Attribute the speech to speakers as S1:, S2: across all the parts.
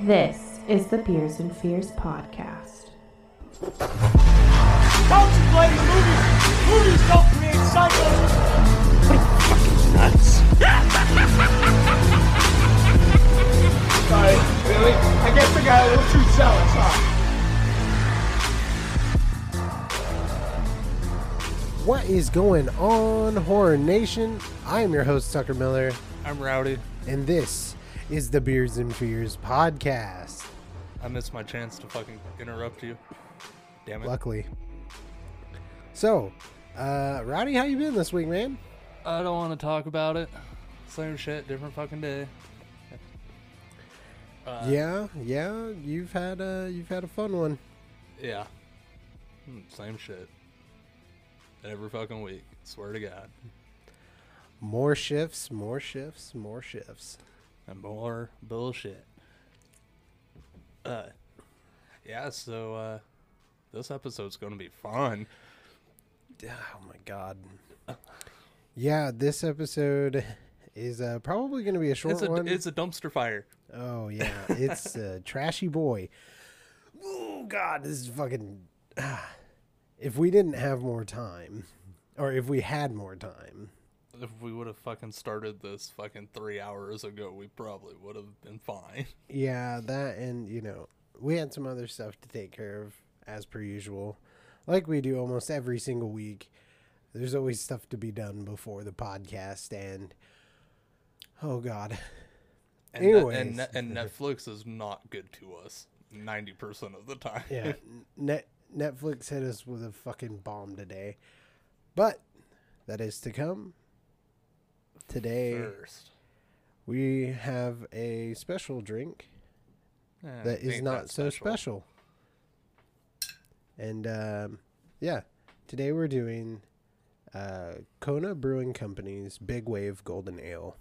S1: This is the Beers and Fears podcast.
S2: Don't you blame the movies? Movies don't create cycles. Sorry, really? I guess I got a little too zealous, huh?
S3: What is going on, Horror Nation? I am your host, Tucker Miller,
S4: I'm rowdy.
S3: and this is the Beards and Fears podcast.
S4: I missed my chance to fucking interrupt you. Damn it.
S3: Luckily. So, uh, Rowdy, how you been this week, man?
S4: I don't want to talk about it. Same shit, different fucking day. Uh,
S3: yeah, yeah, you've had a you've had a fun one.
S4: Yeah. Hmm, Same shit. Every fucking week. Swear to God.
S3: More shifts, more shifts, more shifts.
S4: And more bullshit. Uh, yeah, so uh, this episode's going to be fun.
S3: Oh my god. Yeah, this episode is uh, probably going to be a short
S4: It's a,
S3: one.
S4: it's a dumpster fire.
S3: Oh yeah, it's uh, trashy boy. Oh god, this is fucking. ah. If we didn't have more time, or if we had more time,
S4: If we would have fucking started this fucking three hours ago, we probably would have been fine.
S3: yeah, that and you know we had some other stuff to take care of as per usual, like we do almost every single week. There's always stuff to be done before the podcast, and oh god,
S4: And, Ne-
S3: Anyways.
S4: and, Ne- and Netflix is not good to us 90% of the time.
S3: Yeah, Net Netflix hit us with a fucking bomb today, but that is to come. Today
S4: First.
S3: we have a special drink
S4: Yeah,
S3: that is
S4: ain't
S3: not
S4: that
S3: so special, and um, yeah, today we're doing uh, Kona Brewing Company's Big Wave Golden Ale.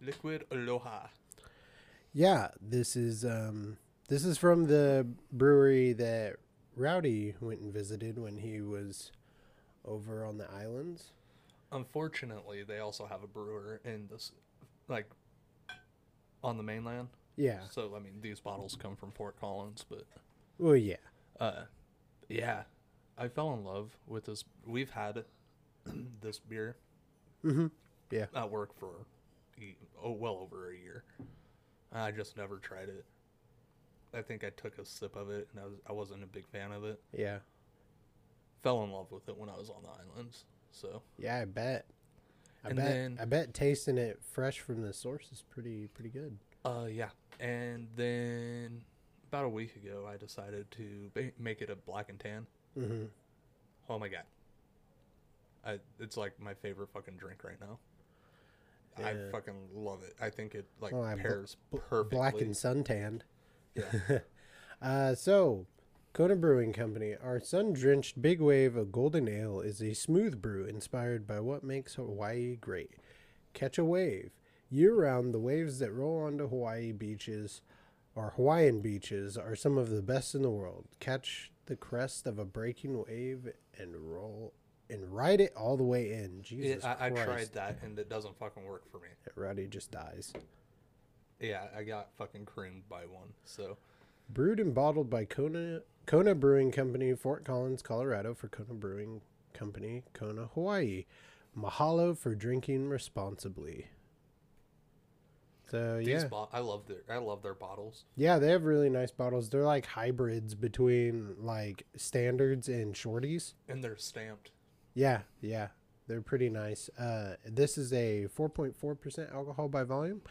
S4: Liquid Aloha.
S3: Yeah, this is um, this is from the brewery that Rowdy went and visited when he was over on the islands.
S4: Unfortunately, they also have a brewer in this, like, on the mainland.
S3: Yeah.
S4: So, I mean, these bottles come from Fort Collins, but,
S3: Well, yeah.
S4: uh, yeah. I fell in love with this. We've had this beer
S3: Yeah.
S4: at work for, e- oh, well over a year. I just never tried it. I think I took a sip of it, and I, was, I wasn't a big fan of it.
S3: Yeah.
S4: fell in love with it when I was on the islands. So
S3: Yeah, I bet. I
S4: And
S3: bet
S4: then-
S3: I bet tasting it fresh from the source is pretty pretty good.
S4: uh, yeah, and then about a week ago, I decided to ba- make it a black and tan.
S3: Mhm.
S4: Oh my god, I it's like my favorite fucking drink right now. I
S3: Yeah.
S4: fucking love it. I think it like
S3: Well, I bl-
S4: pairs
S3: bl-
S4: perfectly.
S3: Black and suntanned.
S4: Yeah.
S3: Uh, so, Kona Brewing Company, our sun drenched big wave of golden ale is a smooth brew inspired by what makes Hawaii great. Catch a wave. Year round, the waves that roll onto Hawaii beaches or Hawaiian beaches are some of the best in the world. Catch the crest of a breaking wave and roll and ride it all the way in. Jesus
S4: It- I, I
S3: Christ.
S4: tried that and it doesn't fucking work for me.
S3: Rowdy just dies.
S4: Yeah, I got fucking creamed by one. So
S3: Brewed and bottled by Kona Kona Brewing Company, Fort Collins, Colorado, for Kona Brewing Company, Kona, Hawaii. Mahalo for drinking responsibly. So
S4: these
S3: Oh, yeah,
S4: bo- I love their I love their bottles.
S3: yeah, they have really nice bottles. They're like hybrids between like standards and shorties.
S4: And they're stamped.
S3: Yeah, yeah, they're pretty nice. Uh, this is a 4.4% alcohol by volume,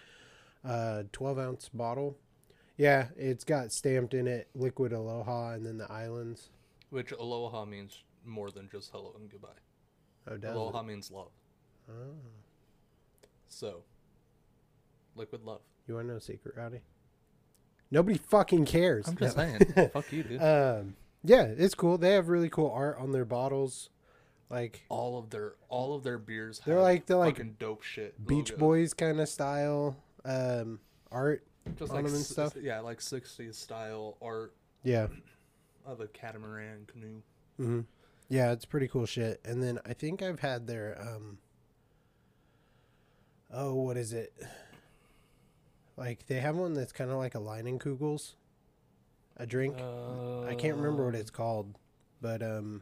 S3: uh, 12 ounce bottle. Yeah, it's got stamped in it liquid aloha and then the islands.
S4: Which aloha means more than just hello and goodbye.
S3: Oh, does
S4: aloha
S3: it?
S4: means love.
S3: Oh.
S4: So, liquid love.
S3: You want to know a secret, Rowdy? Nobody fucking cares.
S4: I'm just
S3: No.
S4: saying. Fuck you, dude.
S3: Um, yeah, it's cool. They have really cool art on their bottles, like
S4: all of their all of their beers.
S3: They're
S4: have
S3: like- they're like
S4: fucking dope shit.
S3: Beach
S4: logos.
S3: Boys kind of style um, art.
S4: just
S3: on
S4: like
S3: them and
S4: s-
S3: stuff.
S4: Yeah, like '60s style art
S3: Yeah,
S4: of a catamaran canoe.
S3: yeah, it's pretty cool shit. And then I think I've had their um, oh, what is it? Like they have one that's kind of like a Leinenkugels, a drink. I can't remember what it's called, but um,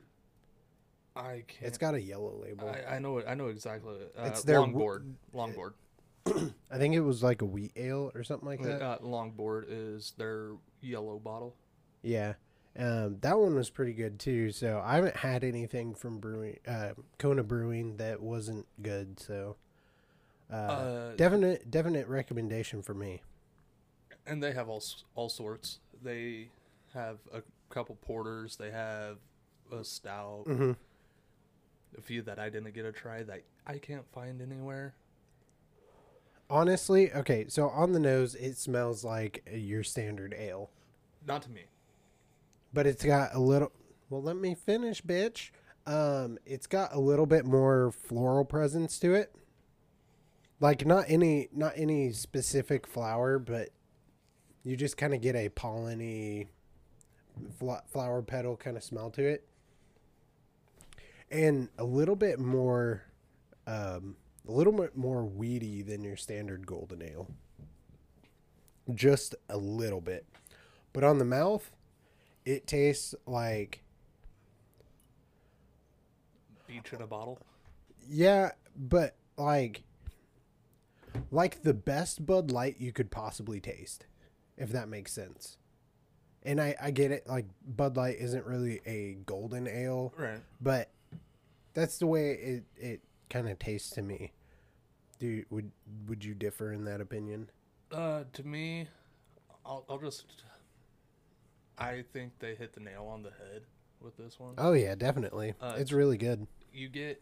S4: I can't.
S3: it's got a yellow label.
S4: I, I know. it- I know exactly. what it- Uh,
S3: It's their w-
S4: longboard. Longboard.
S3: I think it was like a wheat ale or something like that.
S4: Uh, longboard is their yellow bottle.
S3: Yeah. Um, that one was pretty good too. So I haven't had anything from brewing, uh, Kona Brewing that wasn't good. So uh,
S4: Uh,
S3: definite, definite recommendation for me.
S4: and they have all s- all sorts. They have a couple porters. They have a stout.
S3: Mhm.
S4: A few that I didn't get a try that I can't find anywhere.
S3: Honestly, okay. So on the nose, it smells like your standard ale,
S4: Not to me.
S3: but it's got a little. Well, let me finish, bitch. Um, it's got a little bit more floral presence to it. Like not any, not any specific flower, but you just kind of get a polleny fl- flower petal kind of smell to it, and a little bit more, um, a little bit more weedy than your standard golden ale. Just a little bit, but on the mouth, it tastes like
S4: Beach in a bottle.
S3: yeah, but like like the best Bud Light you could possibly taste, if that makes sense. And I I get it. Like Bud Light isn't really a golden ale,
S4: Right.
S3: but that's the way it it kind of tastes to me. Do you- would would you differ in that opinion?
S4: Uh, to me, I'll, I'll just. I think they hit the nail on the head with this one.
S3: Oh yeah, definitely.
S4: Uh,
S3: it's really good.
S4: You get,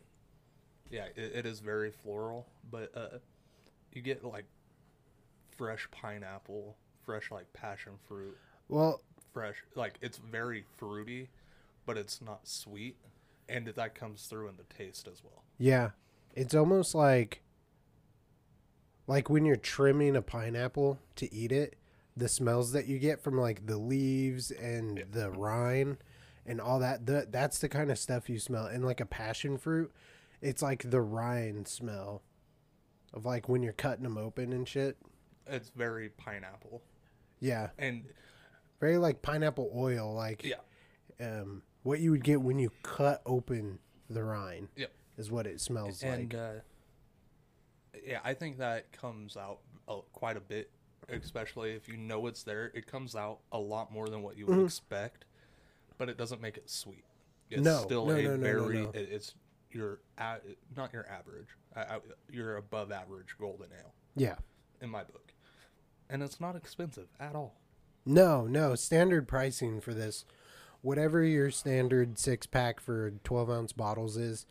S4: yeah, it, it is very floral, but uh, you get like fresh pineapple, fresh like passion fruit,
S3: Well,
S4: fresh like it's very fruity, but it's not sweet, and that comes through in the taste as well.
S3: Yeah. It's almost like like when you're trimming a pineapple to eat it, the smells that you get from like the leaves and the rind and all that the, that's the kind of stuff you smell and like a passion fruit, it's like the rind smell of like when you're cutting them open and shit.
S4: It's very pineapple,
S3: Yeah,
S4: and
S3: very like pineapple oil like
S4: yeah,
S3: um what you would get when you cut open the rind
S4: yep.
S3: is what it smells like.
S4: and uh, yeah, I think that comes out uh, quite a bit, especially if you know it's there. It comes out a lot more than what you would
S3: Mm-hmm.
S4: expect, but it doesn't make it sweet. It's
S3: No,
S4: still
S3: no,
S4: a
S3: no, no, no,
S4: very
S3: no.
S4: It, it's your a- not your average, I, I, your above average golden ale
S3: Yeah.
S4: in my book, and it's not expensive at all.
S3: No, no. Standard pricing for this, whatever your standard six pack for 12 ounce bottles is,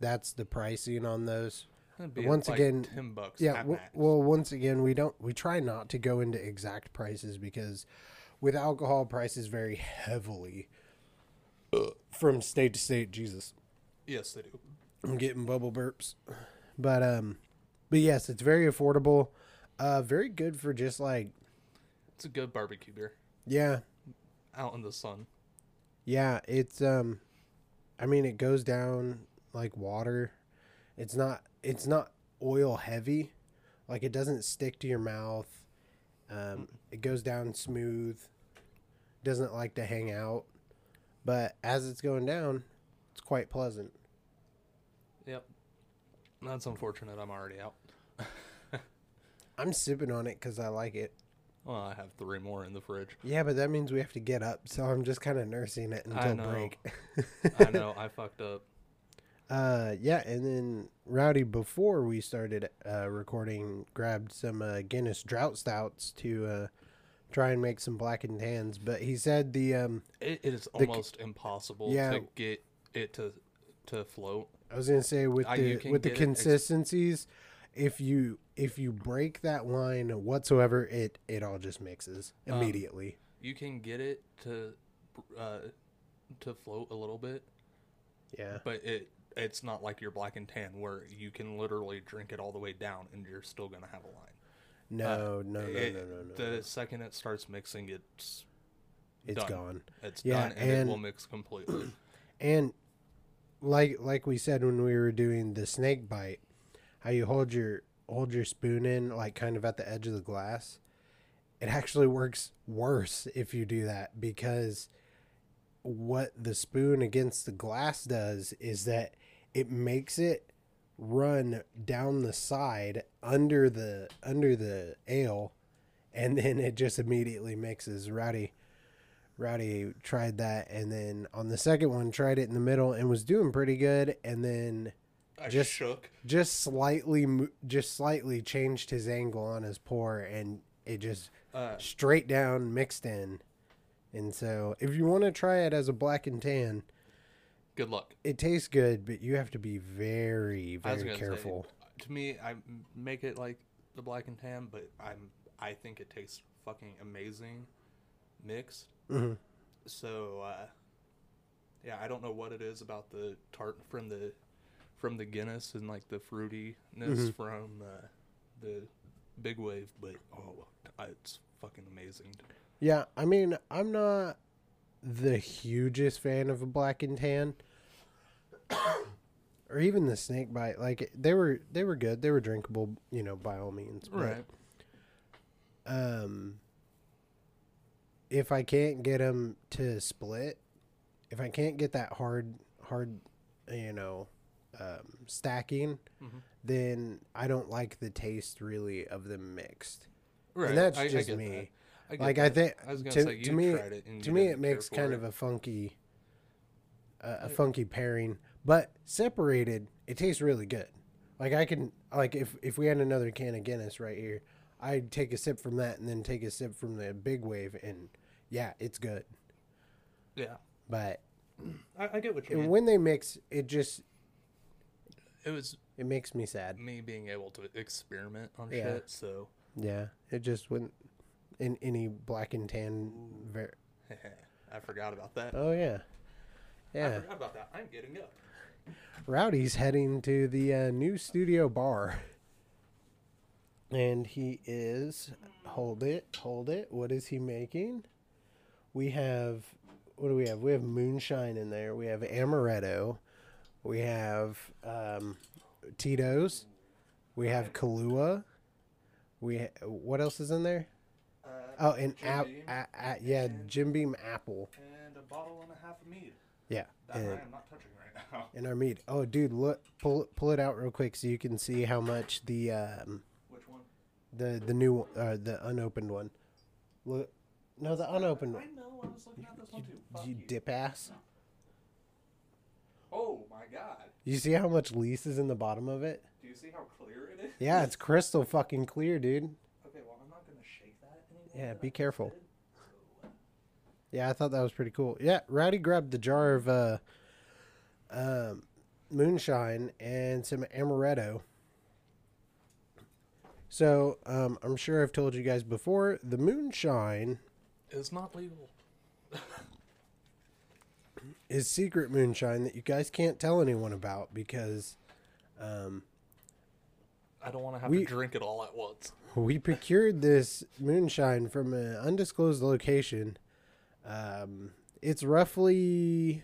S3: that's the pricing on those.
S4: It'd be
S3: Once
S4: like
S3: again,
S4: ten bucks.
S3: Yeah.
S4: at
S3: W-
S4: max.
S3: well, once again, we don't, we try not to go into exact prices because with alcohol, prices vary heavily uh, from state to state. Jesus.
S4: yes, they do.
S3: I'm getting bubble burps. But um but yes, it's very affordable. Uh very good for just like
S4: It's a good barbecue beer
S3: yeah,
S4: out in the sun.
S3: Yeah, it's um I mean it goes down like water. It's not it's not oil heavy. Like it doesn't stick to your mouth. Um it goes down smooth. Doesn't like to hang out. But as it's going down, it's quite pleasant.
S4: Yep. That's unfortunate. I'm already out.
S3: I'm sipping on it cuz I like it.
S4: Well, I have three more in the fridge.
S3: Yeah, but that means we have to get up, so I'm just kind of nursing it
S4: I
S3: until
S4: know.
S3: break.
S4: I know I fucked up.
S3: Uh, yeah, and then Rowdy, before we started uh, recording, grabbed some uh, Guinness Drought Stouts to uh, try and make some black and tans. But he said the um,
S4: It, it is almost impossible
S3: Yeah.
S4: to get it to to float.
S3: I was gonna say with
S4: Uh, you
S3: the
S4: can
S3: with the
S4: get it ex-
S3: consistencies, if you if you break that line whatsoever, it it all just mixes
S4: Um,
S3: immediately.
S4: You can get it to uh, to float a little bit,
S3: yeah,
S4: but it it's not like your black and tan where you can literally drink it all the way down and you're still gonna have a line.
S3: no, no, no,
S4: uh, It-
S3: no, no, no,
S4: the second it starts mixing, it's
S3: it's
S4: done.
S3: gone.
S4: it's
S3: Yeah,
S4: done and,
S3: and-
S4: it will mix completely.
S3: And like like we said when we were doing the snake bite, how you hold your hold your spoon in like kind of at the edge of the glass it actually works worse if you do that because what the spoon against the glass does is that it makes it run down the side under the under the ale and then it just immediately mixes rowdy rowdy tried that and then on the second one tried it in the middle and was doing pretty good and then
S4: I
S3: Just-
S4: shook.
S3: just slightly mo- just slightly changed his angle on his pour and it just
S4: Uh,
S3: straight down mixed in and so if you want to try it as a black and tan
S4: good luck.
S3: it tastes good but you have to be very
S4: I was
S3: very
S4: gonna say,
S3: careful
S4: to me, I m- make it like the black and tan, but I'm I think it tastes fucking amazing mixed.
S3: Mhm.
S4: So uh, yeah, I don't know what it is about the tart from the from the Guinness and like the fruitiness
S3: Mm-hmm.
S4: from uh, the Big Wave, but oh, I- it's fucking amazing.
S3: yeah i mean i'm not the hugest fan of a black and tan or even the snake bite like they were they were good they were drinkable you know by all means but um if I can't get them to split, if I can't get that hard hard you know um, stacking,
S4: Mm-hmm.
S3: then I don't like the taste really of them mixed.
S4: right.
S3: And that's
S4: I- I
S3: just
S4: get
S3: me.
S4: that. I get
S3: like I
S4: that.
S3: think
S4: I was gonna
S3: to,
S4: say you
S3: to me
S4: tried it and
S3: to
S4: you
S3: me
S4: didn't
S3: it
S4: care
S3: makes
S4: for
S3: kind
S4: it.
S3: of a funky uh, a funky pairing, but separated it tastes really good. Like I can like if if we had another can of Guinness right here, I'd take a sip from that and then take a sip from the Big Wave and yeah, it's good.
S4: yeah.
S3: But
S4: I, I get what you
S3: and
S4: mean.
S3: when they mix, it just
S4: it was
S3: it makes me sad.
S4: me being able to experiment on
S3: Yeah.
S4: shit. So
S3: Yeah, it just wouldn't in any black and tan. Ver-
S4: I forgot about that.
S3: oh yeah,
S4: I
S3: yeah.
S4: forgot about that. I'm getting up.
S3: Rowdy's heading to the uh, new studio bar. And he is. Hold it. Hold it. What is he making? We have. What do we have? We have moonshine in there. We have amaretto. We have um, Tito's. We have Kahlua. We ha- what else is in there? oh, and ap-
S4: Uh, Jim Beam.
S3: a- a- yeah, Jim Beam apple.
S4: And a bottle and a half of mead
S3: Yeah,
S4: that
S3: and-
S4: I am not touching right now.
S3: in our meat. Oh, dude, look, pull pull it out real quick so you can see how much the um,
S4: Which one?
S3: the the new uh, the unopened one. Look, no, the unopened
S4: I
S3: one.
S4: know. I was looking at this one too. Fuck
S3: You
S4: you,
S3: dip ass.
S4: Oh my god!
S3: You see how much lease is in the bottom of it?
S4: Do you see how clear it is?
S3: Yeah, it's crystal fucking clear, dude.
S4: Okay, well I'm not gonna shake that anymore.
S3: Yeah,
S4: that
S3: be
S4: I
S3: careful.
S4: did.
S3: Yeah, I thought that was pretty cool. Yeah, Rowdy grabbed the jar of uh, um, moonshine and some amaretto. So um, I'm sure I've told you guys before. The moonshine
S4: It's not legal.
S3: is secret moonshine that you guys can't tell anyone about because
S4: I don't want to have
S3: We-
S4: to drink it all at once.
S3: we procured this moonshine from an undisclosed location. Um, it's roughly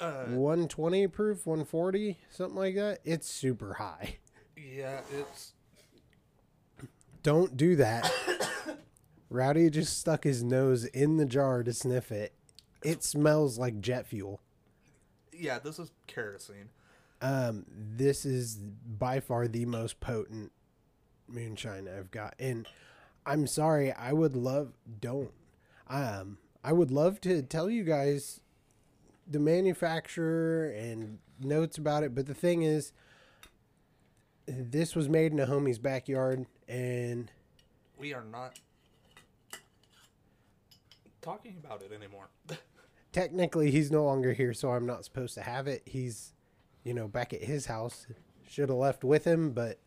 S4: Uh,
S3: 120 proof, 140, something like that. It's super high.
S4: yeah, it's
S3: Don't do that. Rowdy just stuck his nose in the jar to sniff it. It smells like jet fuel.
S4: yeah. This is kerosene.
S3: Um, this is by far the most potent moonshine I've got, and I'm sorry, I would love don't. Um, I would love to tell you guys the manufacturer and notes about it, but the thing is, this was made in a homie's backyard, and
S4: We are not talking about it anymore.
S3: technically he's no longer here, so I'm not supposed to have it. He's, you know, back at his house. Should have left with him, but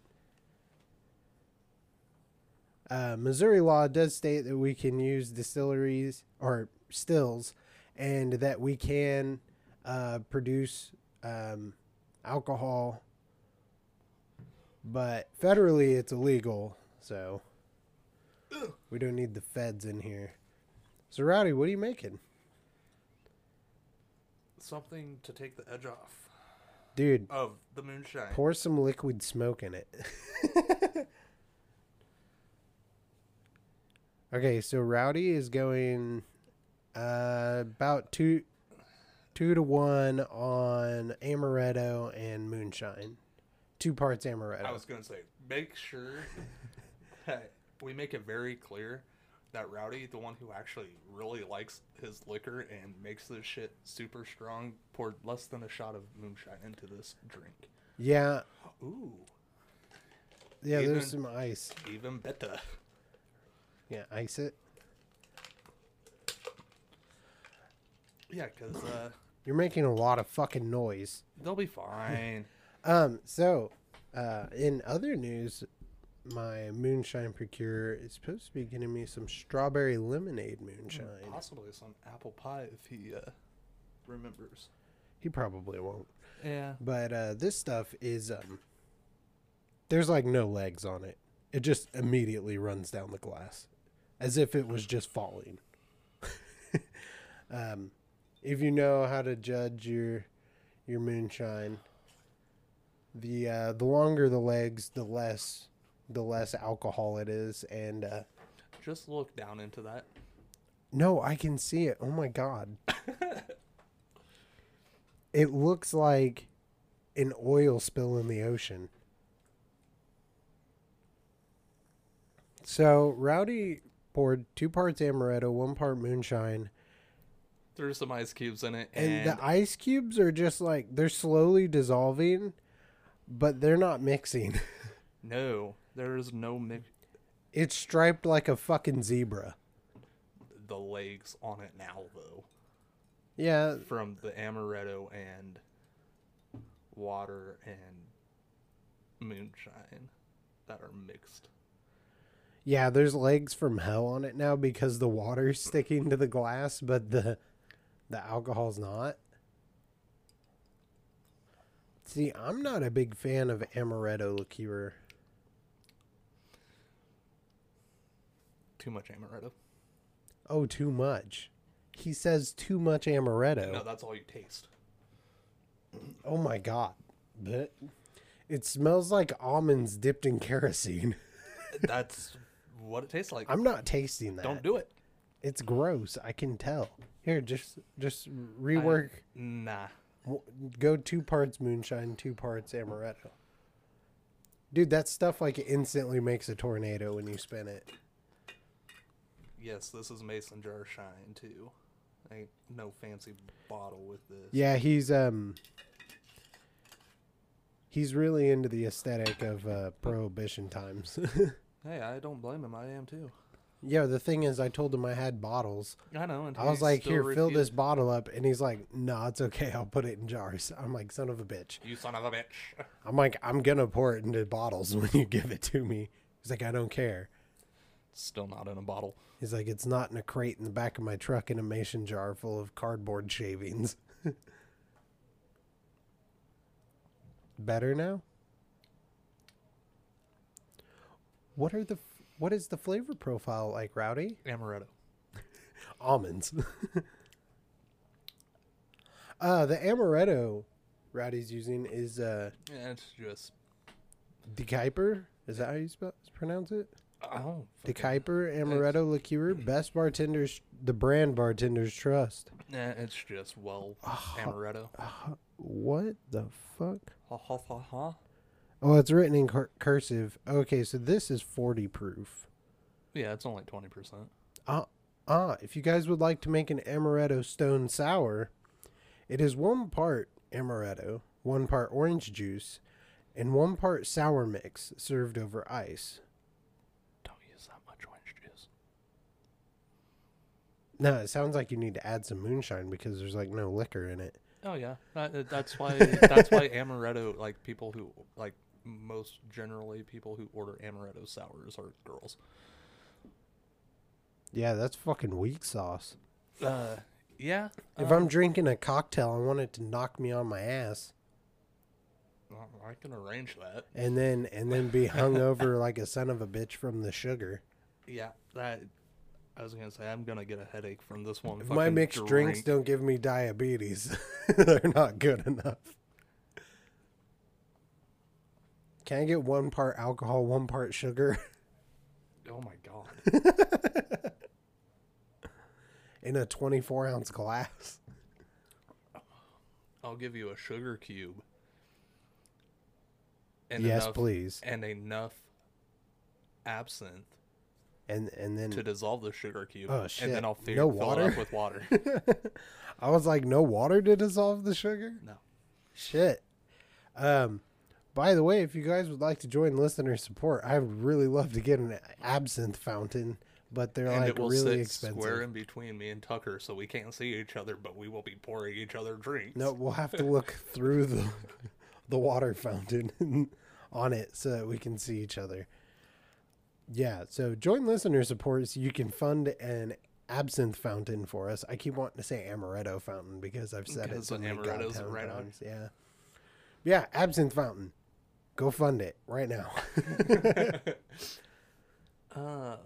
S3: uh, Missouri law does state that we can use distilleries or stills, and that we can uh, produce um, alcohol. But federally, it's illegal, so we don't need the feds in here. So, Rowdy, what are you making?
S4: Something to take the edge off
S3: Dude,
S4: of the moonshine.
S3: pour some liquid smoke in it. Okay, so Rowdy is going uh, about two two to one on amaretto and moonshine. Two parts amaretto.
S4: I was gonna say, make sure that we make it very clear that Rowdy, the one who actually really likes his liquor and makes this shit super strong, poured less than a shot of moonshine into this drink.
S3: yeah,
S4: Ooh,
S3: yeah. There's
S4: Even-
S3: some ice.
S4: even better.
S3: Yeah, ice it.
S4: Yeah, because uh,
S3: You're making a lot of fucking noise.
S4: they'll be fine.
S3: Um. So, uh, in other news, my moonshine procurer is supposed to be getting me some strawberry lemonade moonshine.
S4: Possibly some apple pie if he uh, remembers.
S3: He probably won't.
S4: Yeah.
S3: But uh, this stuff is um, there's like no legs on it. It just immediately runs down the glass, as if it was just falling. um, if you know how to judge your your moonshine, the uh, the longer the legs, the less the less alcohol it is, and uh,
S4: Just look down into that.
S3: no, I can see it. Oh my god. it looks like an oil spill in the ocean. So, Rowdy poured two parts amaretto, one part moonshine,
S4: There's some ice cubes in it,
S3: and,
S4: and,
S3: the ice cubes are just like they're slowly dissolving, but they're not mixing.
S4: no, there is no mix.
S3: it's striped like a fucking zebra.
S4: The legs on it now, though.
S3: Yeah,
S4: from the amaretto and water and moonshine that are mixed.
S3: Yeah, there's legs from hell on it now because the water's sticking to the glass, but the the alcohol's not. See, I'm not a big fan of amaretto liqueur.
S4: Too much amaretto.
S3: Oh, too much. He says too much amaretto.
S4: No, that's all you taste.
S3: oh my god. Blech. It smells like almonds dipped in kerosene.
S4: That's what it tastes like.
S3: I'm not tasting that.
S4: Don't do it.
S3: It's gross. I can tell. Here, just just rework.
S4: Nah.
S3: W- go two parts moonshine, two parts amaretto. Dude, that stuff like instantly makes a tornado when you spin it.
S4: Yes, this is mason jar shine too. Ain't no fancy bottle with this.
S3: Yeah, he's um he's really into the aesthetic of uh prohibition times.
S4: Hey, I don't blame him. I am too.
S3: yeah, the thing is I told him I had bottles.
S4: I know. and
S3: I
S4: he
S3: was like,
S4: still
S3: "Here, fill
S4: refused-
S3: this bottle up." And he's like, "No, nah, it's okay. I'll put it in jars." I'm like, "Son of a bitch."
S4: You son of a bitch.
S3: I'm like, "I'm going to pour it into bottles when you give it to me." He's like, "I don't care."
S4: Still not in a bottle.
S3: He's like, it's not in a crate in the back of my truck in a mason jar full of cardboard shavings. Better now. What are the f- what is the flavor profile like, Rowdy?
S4: Amaretto.
S3: Almonds. uh, the amaretto Rowdy's using is uh,
S4: Yeah, it's just.
S3: De Kuiper. Is that how you spell pronounce it?
S4: I don't
S3: De Kuiper amaretto liqueur, best bartenders, the brand bartenders trust.
S4: Nah, it's just well amaretto.
S3: What the fuck?
S4: Ha ha ha ha.
S3: Oh, it's written in cur- cursive. Okay, so this is 40 proof.
S4: Yeah, it's only twenty percent.
S3: Ah, ah, if you guys would like to make an amaretto stone sour, it is one part amaretto, one part orange juice, and one part sour mix served over ice.
S4: Don't use that much orange juice.
S3: Now, it sounds like you need to add some moonshine because there's like no liquor in it.
S4: Oh yeah, that, that- that's why that's why amaretto like people who like most generally people who order amaretto sours are girls.
S3: Yeah, that's fucking weak sauce.
S4: Uh, yeah.
S3: If
S4: uh,
S3: I'm drinking a cocktail, I want it to knock me on my ass.
S4: I- I can arrange that.
S3: and then and then be hung over like a son of a bitch from the sugar.
S4: Yeah, that. I was gonna say I'm gonna get a headache from this one.
S3: If my
S4: fucking
S3: mixed drinks
S4: drink.
S3: don't give me diabetes, they're not good enough. Can I get one part alcohol, one part sugar?
S4: Oh my god.
S3: in a 24 ounce glass.
S4: I'll give you a sugar cube.
S3: yes,
S4: enough-
S3: please.
S4: And enough absinthe
S3: And and then
S4: to dissolve the sugar cube.
S3: Hmm. Oh,
S4: And
S3: shit.
S4: then I'll fi-
S3: No
S4: fill it
S3: water?
S4: up with water.
S3: I was like, no water to dissolve the sugar.
S4: no.
S3: Shit. Um, by the way, if you guys would like to join listener support, I would really love to get an absinthe fountain, but they're
S4: and
S3: like
S4: it will
S3: really
S4: sit
S3: expensive.
S4: square in between me and Tucker, so we can't see each other, but we will be pouring each other drinks.
S3: No, we'll have to look through the the water fountain on it so that we can see each other. Yeah, so join listener supports. You can fund an absinthe fountain for us. I keep wanting to say amaretto fountain because I've said it
S4: Because
S3: so
S4: the
S3: many
S4: amaretto's
S3: goddamn
S4: right on.
S3: times. Yeah, yeah, absinthe fountain. Go fund it right now.
S4: Uh,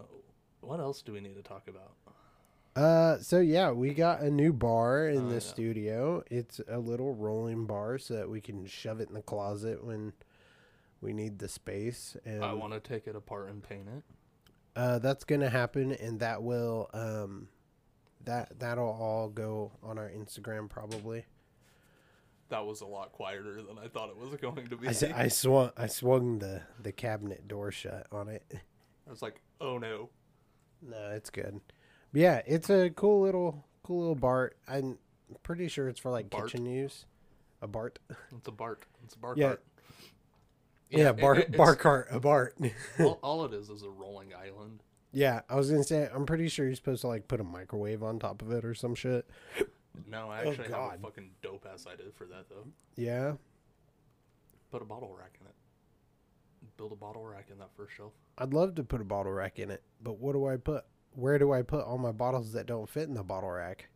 S4: what else do we need to talk about?
S3: Uh, so yeah, we got a new bar
S4: Oh,
S3: in the studio. It's a little rolling bar so that we can shove it in the closet when we need the space, and
S4: I want to take it apart and paint it.
S3: uh, that's gonna happen, and that will um, that that'll all go on our Instagram probably.
S4: That was a lot quieter than I thought it was going to be.
S3: I, s- I swung I swung the the cabinet door shut on it.
S4: I was like, oh no.
S3: No, it's good. But yeah, it's a cool little cool little bar. I'm pretty sure it's for like
S4: Bart?
S3: kitchen use. A Bart.
S4: It's a Bart. It's a bar
S3: Yeah.
S4: cart.
S3: Yeah,
S4: it-
S3: bar
S4: it- it's-
S3: bar cart, a Bart.
S4: all, all it is is a rolling island.
S3: yeah, I was gonna say I'm pretty sure you're supposed to like put a microwave on top of it or some shit.
S4: No, I actually have
S3: Oh, God.
S4: a fucking dope ass idea for that though.
S3: Yeah,
S4: Put a bottle rack in it. Build a bottle rack in that first shelf.
S3: I'd love to put a bottle rack in it, but what do I put? Where do I put all my bottles that don't fit in the bottle rack?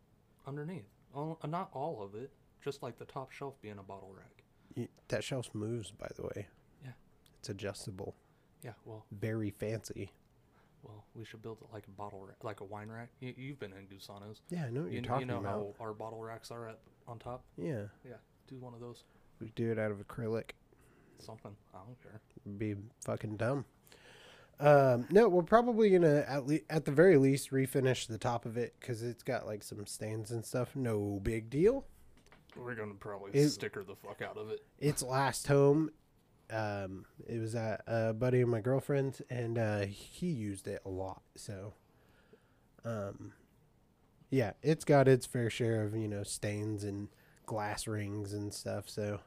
S4: Underneath. All, uh, not all of it. Just like the top shelf being a bottle rack.
S3: You, that shelf moves, by the way.
S4: Yeah.
S3: It's adjustable,
S4: Yeah, well,
S3: very fancy.
S4: well, we should build it like a bottle rack, like a wine rack. You, you've been in Gusano's.
S3: Yeah, I know what
S4: You,
S3: you're
S4: you
S3: talking
S4: know
S3: about.
S4: how our bottle racks are at, on top?
S3: Yeah,
S4: Yeah, do one of those.
S3: we do it out of acrylic.
S4: Something. I don't care.
S3: be fucking dumb. Um, no, we're probably gonna at le- at the very least refinish the top of it because it's got like some stains and stuff. No big deal.
S4: We're going to probably
S3: It-
S4: sticker the fuck out of it.
S3: It's last home. Um, it was at a buddy of my girlfriend's, and uh, he used it a lot. So, um, yeah, it's got its fair share of you know stains and glass rings and stuff. So,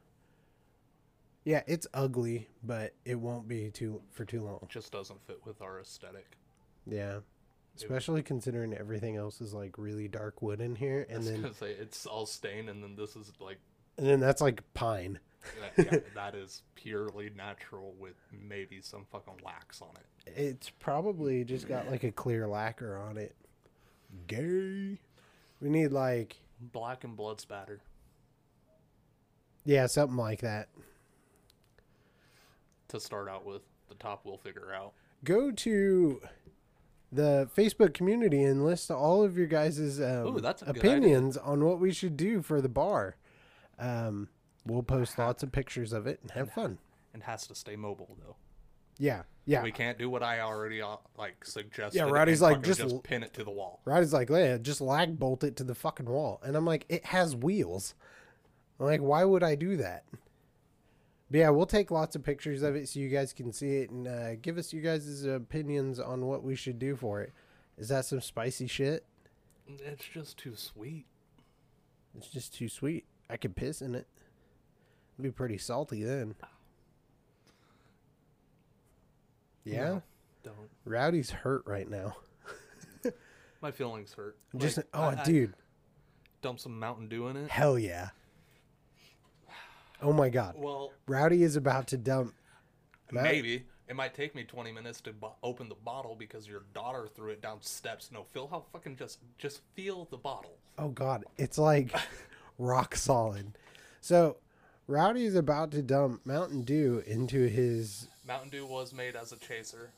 S3: yeah, it's ugly, but it won't be too for too long.
S4: Just doesn't fit with our aesthetic.
S3: Yeah. Especially considering everything else is like really dark wood in here
S4: I
S3: and
S4: was
S3: then
S4: gonna say it's all stained, and then this is like
S3: and then that's like pine.
S4: that, yeah, that is purely natural with maybe some fucking wax on it.
S3: It's probably just got like a clear lacquer on it. Gay. We need like
S4: Black and blood spatter.
S3: yeah, something like that.
S4: to start out with. The top we'll figure out.
S3: Go to the Facebook community and list all of your guys' um,
S4: Ooh, that's a good idea.
S3: opinions on what we should do for the bar. Um, we'll post lots of pictures of it and have fun.
S4: And has to stay mobile though.
S3: Yeah. Yeah.
S4: We can't do what I already uh, like suggested.
S3: Yeah, Roddy's
S4: and
S3: like,
S4: fucking
S3: just
S4: just
S3: l-
S4: pin it to the wall.
S3: Roddy's like, yeah, just lag bolt it to the fucking wall. And I'm like, it has wheels. I'm like, why would I do that? But yeah, we'll take lots of pictures of it so you guys can see it and uh, give us you guys' opinions on what we should do for it. Is that some spicy shit?
S4: It's just too sweet.
S3: It's just too sweet. I could piss in it. It'd be pretty salty then. Yeah?
S4: No, don't.
S3: Rowdy's hurt right now.
S4: My feelings hurt.
S3: just,
S4: Like,
S3: oh,
S4: I- I
S3: dude.
S4: dump some Mountain Dew in it.
S3: Hell yeah. Oh my god.
S4: Well,
S3: Rowdy is about to dump. Mount-
S4: maybe it might take me 20 minutes to bo- open the bottle because your daughter threw it down steps. No, feel how fucking just just feel the bottle.
S3: Oh god, it's like rock solid. So Rowdy is about to dump Mountain Dew into his
S4: Mountain Dew was made as a chaser.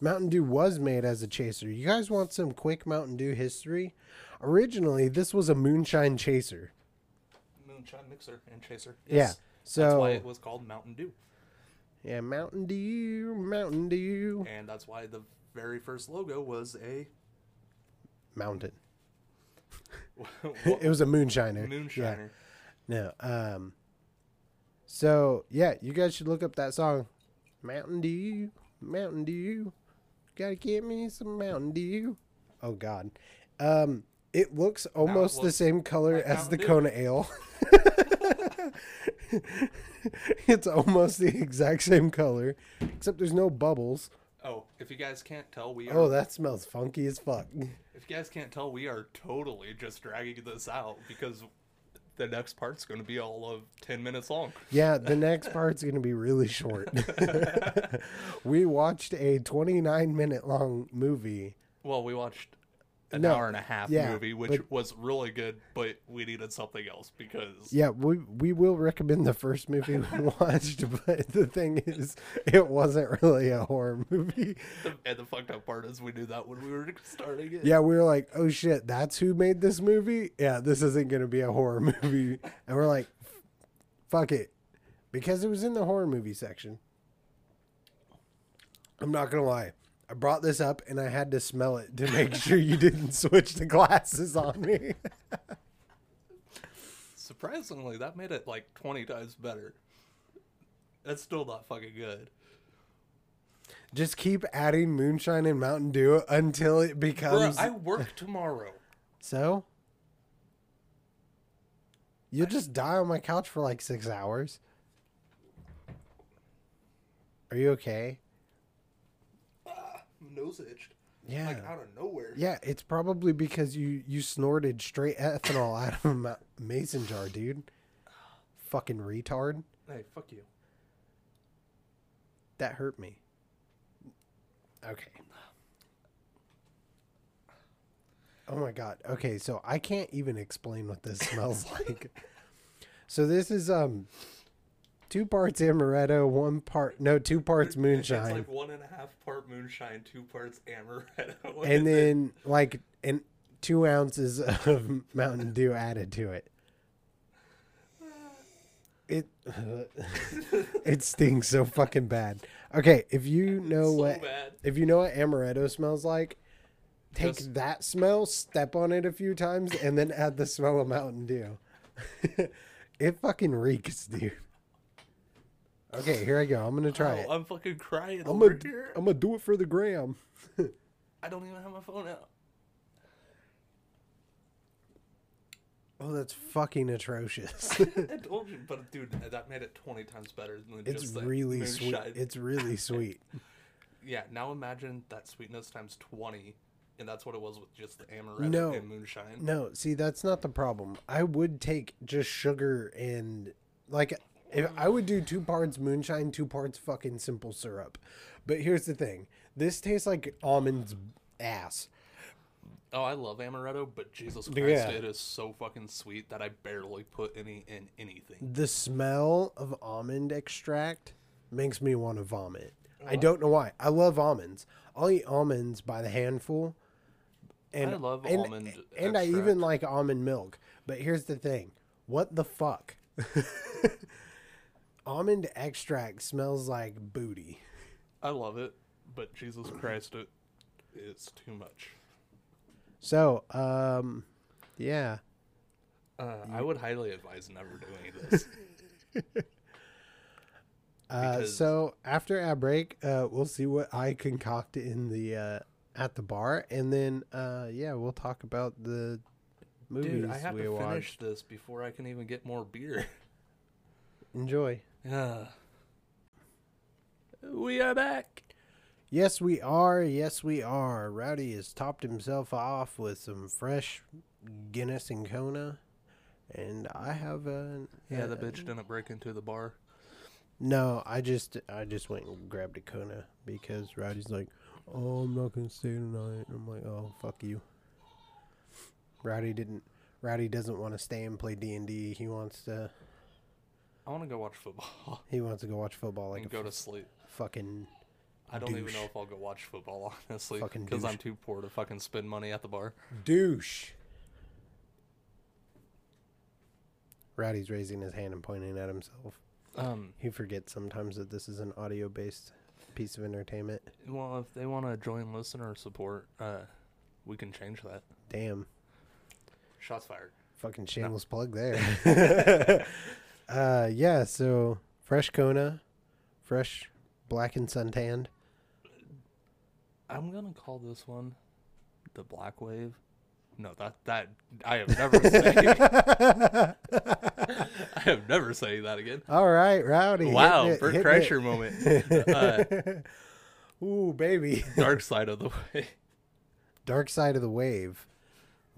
S3: Mountain Dew was made as a chaser. You guys want some quick Mountain Dew history? Originally, this was a moonshine chaser.
S4: Moonshine mixer and chaser.
S3: Yeah,
S4: Yes. that's
S3: so-
S4: why it was called Mountain Dew.
S3: Yeah, Mountain Dew, Mountain Dew.
S4: and that's why the very first logo was a
S3: Mountain. it was a moonshiner. Yeah.
S4: moonshiner.
S3: No. Um. So yeah, you guys should look up that song, Mountain Dew. Mountain Dew. Gotta get me some Mountain Dew. Oh God. Um. It looks almost the
S4: looks
S3: same color
S4: like
S3: as the
S4: Mountain Dew.
S3: Kona Ale. it's almost the exact same color, except there's no bubbles.
S4: Oh, if you guys can't tell, we are.
S3: Oh, that smells funky as fuck.
S4: If you guys can't tell, we are totally just dragging this out because the next part's going to be all of ten minutes long.
S3: Yeah, the next part's going to be really short. we watched a 29 minute long movie.
S4: Well, we watched an
S3: No,
S4: hour and a half
S3: yeah,
S4: movie, which
S3: but-
S4: was really good, but we needed something else because
S3: Yeah, we we will recommend the first movie we watched, but the thing is, it wasn't really a horror movie.
S4: the, and the fucked up part is we knew that when we were starting it.
S3: Yeah, we were like, oh shit, that's who made this movie? Yeah, this isn't going to be a horror movie. And we're like, fuck it. Because it was in the horror movie section. I'm not going to lie. I brought this up and I had to smell it to make sure you didn't switch the glasses on me.
S4: Surprisingly, that made it like twenty times better. That's still not fucking good.
S3: Just keep adding moonshine and Mountain Dew until it
S4: Bruh,
S3: becomes.
S4: I work tomorrow.
S3: So? You'll just die on my couch for like six hours. Are you okay?
S4: Nose itched.
S3: Yeah.
S4: Like out of nowhere.
S3: Yeah, it's probably because you you snorted straight ethanol out of a ma- mason jar, dude. Fucking retard.
S4: Hey, fuck you.
S3: That hurt me. Okay. Oh my god. Okay, so I can't even explain what this smells like. So this is um two parts amaretto, one part no, two parts
S4: It's
S3: moonshine.
S4: like one and a half part moonshine, two parts amaretto,
S3: and then like and two ounces of Mountain Dew added to it. It it stings so fucking bad. Okay, if you know
S4: So
S3: what
S4: bad.
S3: if you know what amaretto smells like, take
S4: Just-
S3: that smell, step on it a few times, and then add the smell of Mountain Dew. it fucking reeks, dude. Okay, here I go. I'm gonna try it.
S4: Oh, I'm fucking crying
S3: I'm
S4: over
S3: gonna
S4: here.
S3: I'm gonna do it for the gram.
S4: I don't even have my phone out.
S3: Oh, that's fucking atrocious.
S4: I told you, but dude, that made it twenty times better than
S3: It's
S4: just that
S3: really
S4: moonshine.
S3: sweet. It's really sweet.
S4: yeah. Now imagine that sweetness times twenty, and that's what it was with just the amaretto
S3: No.
S4: and moonshine.
S3: No, see, that's not the problem. I would take just sugar and like if I would do two parts moonshine, two parts fucking simple syrup. But here's the thing. This tastes like almonds ass.
S4: Oh, I love amaretto, but Jesus Christ,
S3: Yeah.
S4: it is so fucking sweet that I barely put any in anything.
S3: The smell of almond extract makes me want to vomit.
S4: Uh-huh.
S3: I don't know why. I love almonds. I'll eat almonds by the handful. And
S4: I love
S3: and,
S4: almond
S3: And I even like almond milk. But here's the thing. What the fuck? almond extract smells like booty.
S4: I love it, but Jesus Christ, it is too much.
S3: So, um yeah.
S4: Uh, I would highly advise never doing this.
S3: Uh,
S4: Because-
S3: so after our break, uh, we'll see what I concocted in the uh, at the bar, and then uh, yeah, we'll talk about the movies
S4: Dude, I have
S3: we
S4: to finish
S3: watched.
S4: this before I can even get more beer.
S3: Enjoy.
S4: Yeah. We are back.
S3: Yes, we are. Yes, we are. Rowdy has topped himself off with some fresh Guinness and Kona, and I have a
S4: Yeah, the bitch didn't break into the bar.
S3: No, I just I just went and grabbed a Kona because Rowdy's like, "Oh, I'm not gonna stay tonight." And I'm like, "Oh, fuck you." Rowdy didn't. Rowdy doesn't want to stay and play D and D. He wants to.
S4: I want to go watch football
S3: He wants to go watch football like
S4: and
S3: a
S4: go to
S3: f-
S4: sleep.
S3: fucking.
S4: I don't even
S3: douche.
S4: know if I'll go watch football, honestly,
S3: Fucking
S4: because I'm
S3: douche.
S4: too poor to fucking spend money at the bar.
S3: douche. Rowdy's raising his hand and pointing at himself.
S4: Um,
S3: He forgets sometimes that this is an audio based piece of entertainment.
S4: Well, if they want to join listener support, uh, we can change that.
S3: Damn.
S4: Shots fired.
S3: Fucking shameless plug there. uh, yeah, so fresh Kona, fresh black and suntanned.
S4: I'm gonna call this one the Black Wave. No, that that I have never saying I have never saying that again.
S3: All right, Rowdy.
S4: wow,
S3: hitting it,
S4: Bert
S3: hitting it.
S4: Kreischer moment. Uh,
S3: Ooh, baby.
S4: dark side of the way.
S3: Dark Side of the Wave.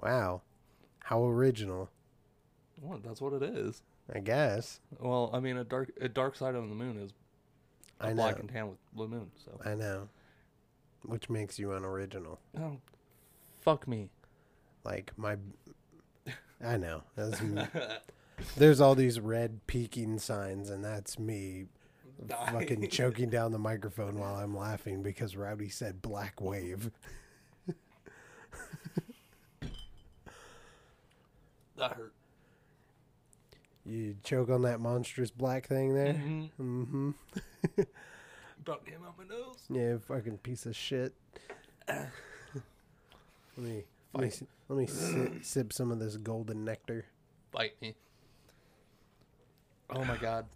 S3: Wow. How original,
S4: Well, that's what it is.
S3: I guess.
S4: Well, I mean, a dark a dark side of the moon is
S3: I
S4: a
S3: know.
S4: black and tan with blue moon. So
S3: I know. Which makes you unoriginal.
S4: Oh, fuck me.
S3: Like my I know. That's me. There's all these red peaking signs and that's me fucking choking down the microphone while I'm laughing because Rowdy said black wave.
S4: That hurt.
S3: You choke on that monstrous black thing there? Mhm.
S4: About came out my nose.
S3: Yeah, fucking piece of shit. let me let me, s- let me si- sip some of this golden nectar.
S4: Bite me. Oh my god.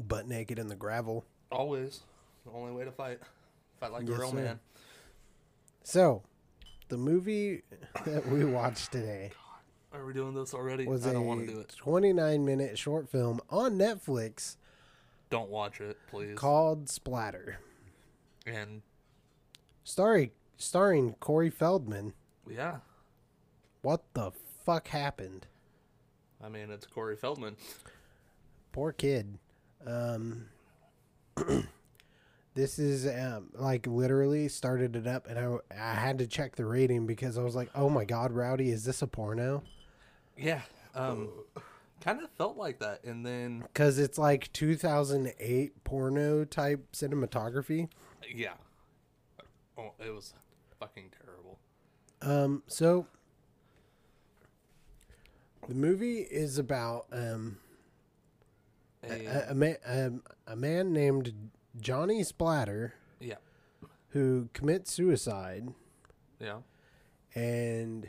S3: Butt naked in the gravel.
S4: Always. The only way to fight. Fight like
S3: Yes,
S4: a real
S3: sir.
S4: man.
S3: So, the movie that we watched today
S4: Are we doing this already?
S3: was
S4: I
S3: a
S4: don't want to do it.
S3: 29 minute short film on Netflix
S4: Don't watch it, please.
S3: called Splatter,
S4: and
S3: starring starring Corey Feldman.
S4: yeah,
S3: What the fuck happened?
S4: I mean it's Corey Feldman.
S3: Poor kid. Um, this is um, like literally started it up, and I, I had to check the rating because I was like, "Oh my god, Rowdy, is this a porno?"
S4: Yeah. Um, kind of felt like that, and then
S3: Because it's like 2008 porno type cinematography.
S4: yeah, oh, it was fucking terrible.
S3: Um, so the movie is about um,
S4: A-
S3: a, a, man, um, a man named Johnny Splatter
S4: yeah,
S3: who commits suicide
S4: yeah,
S3: and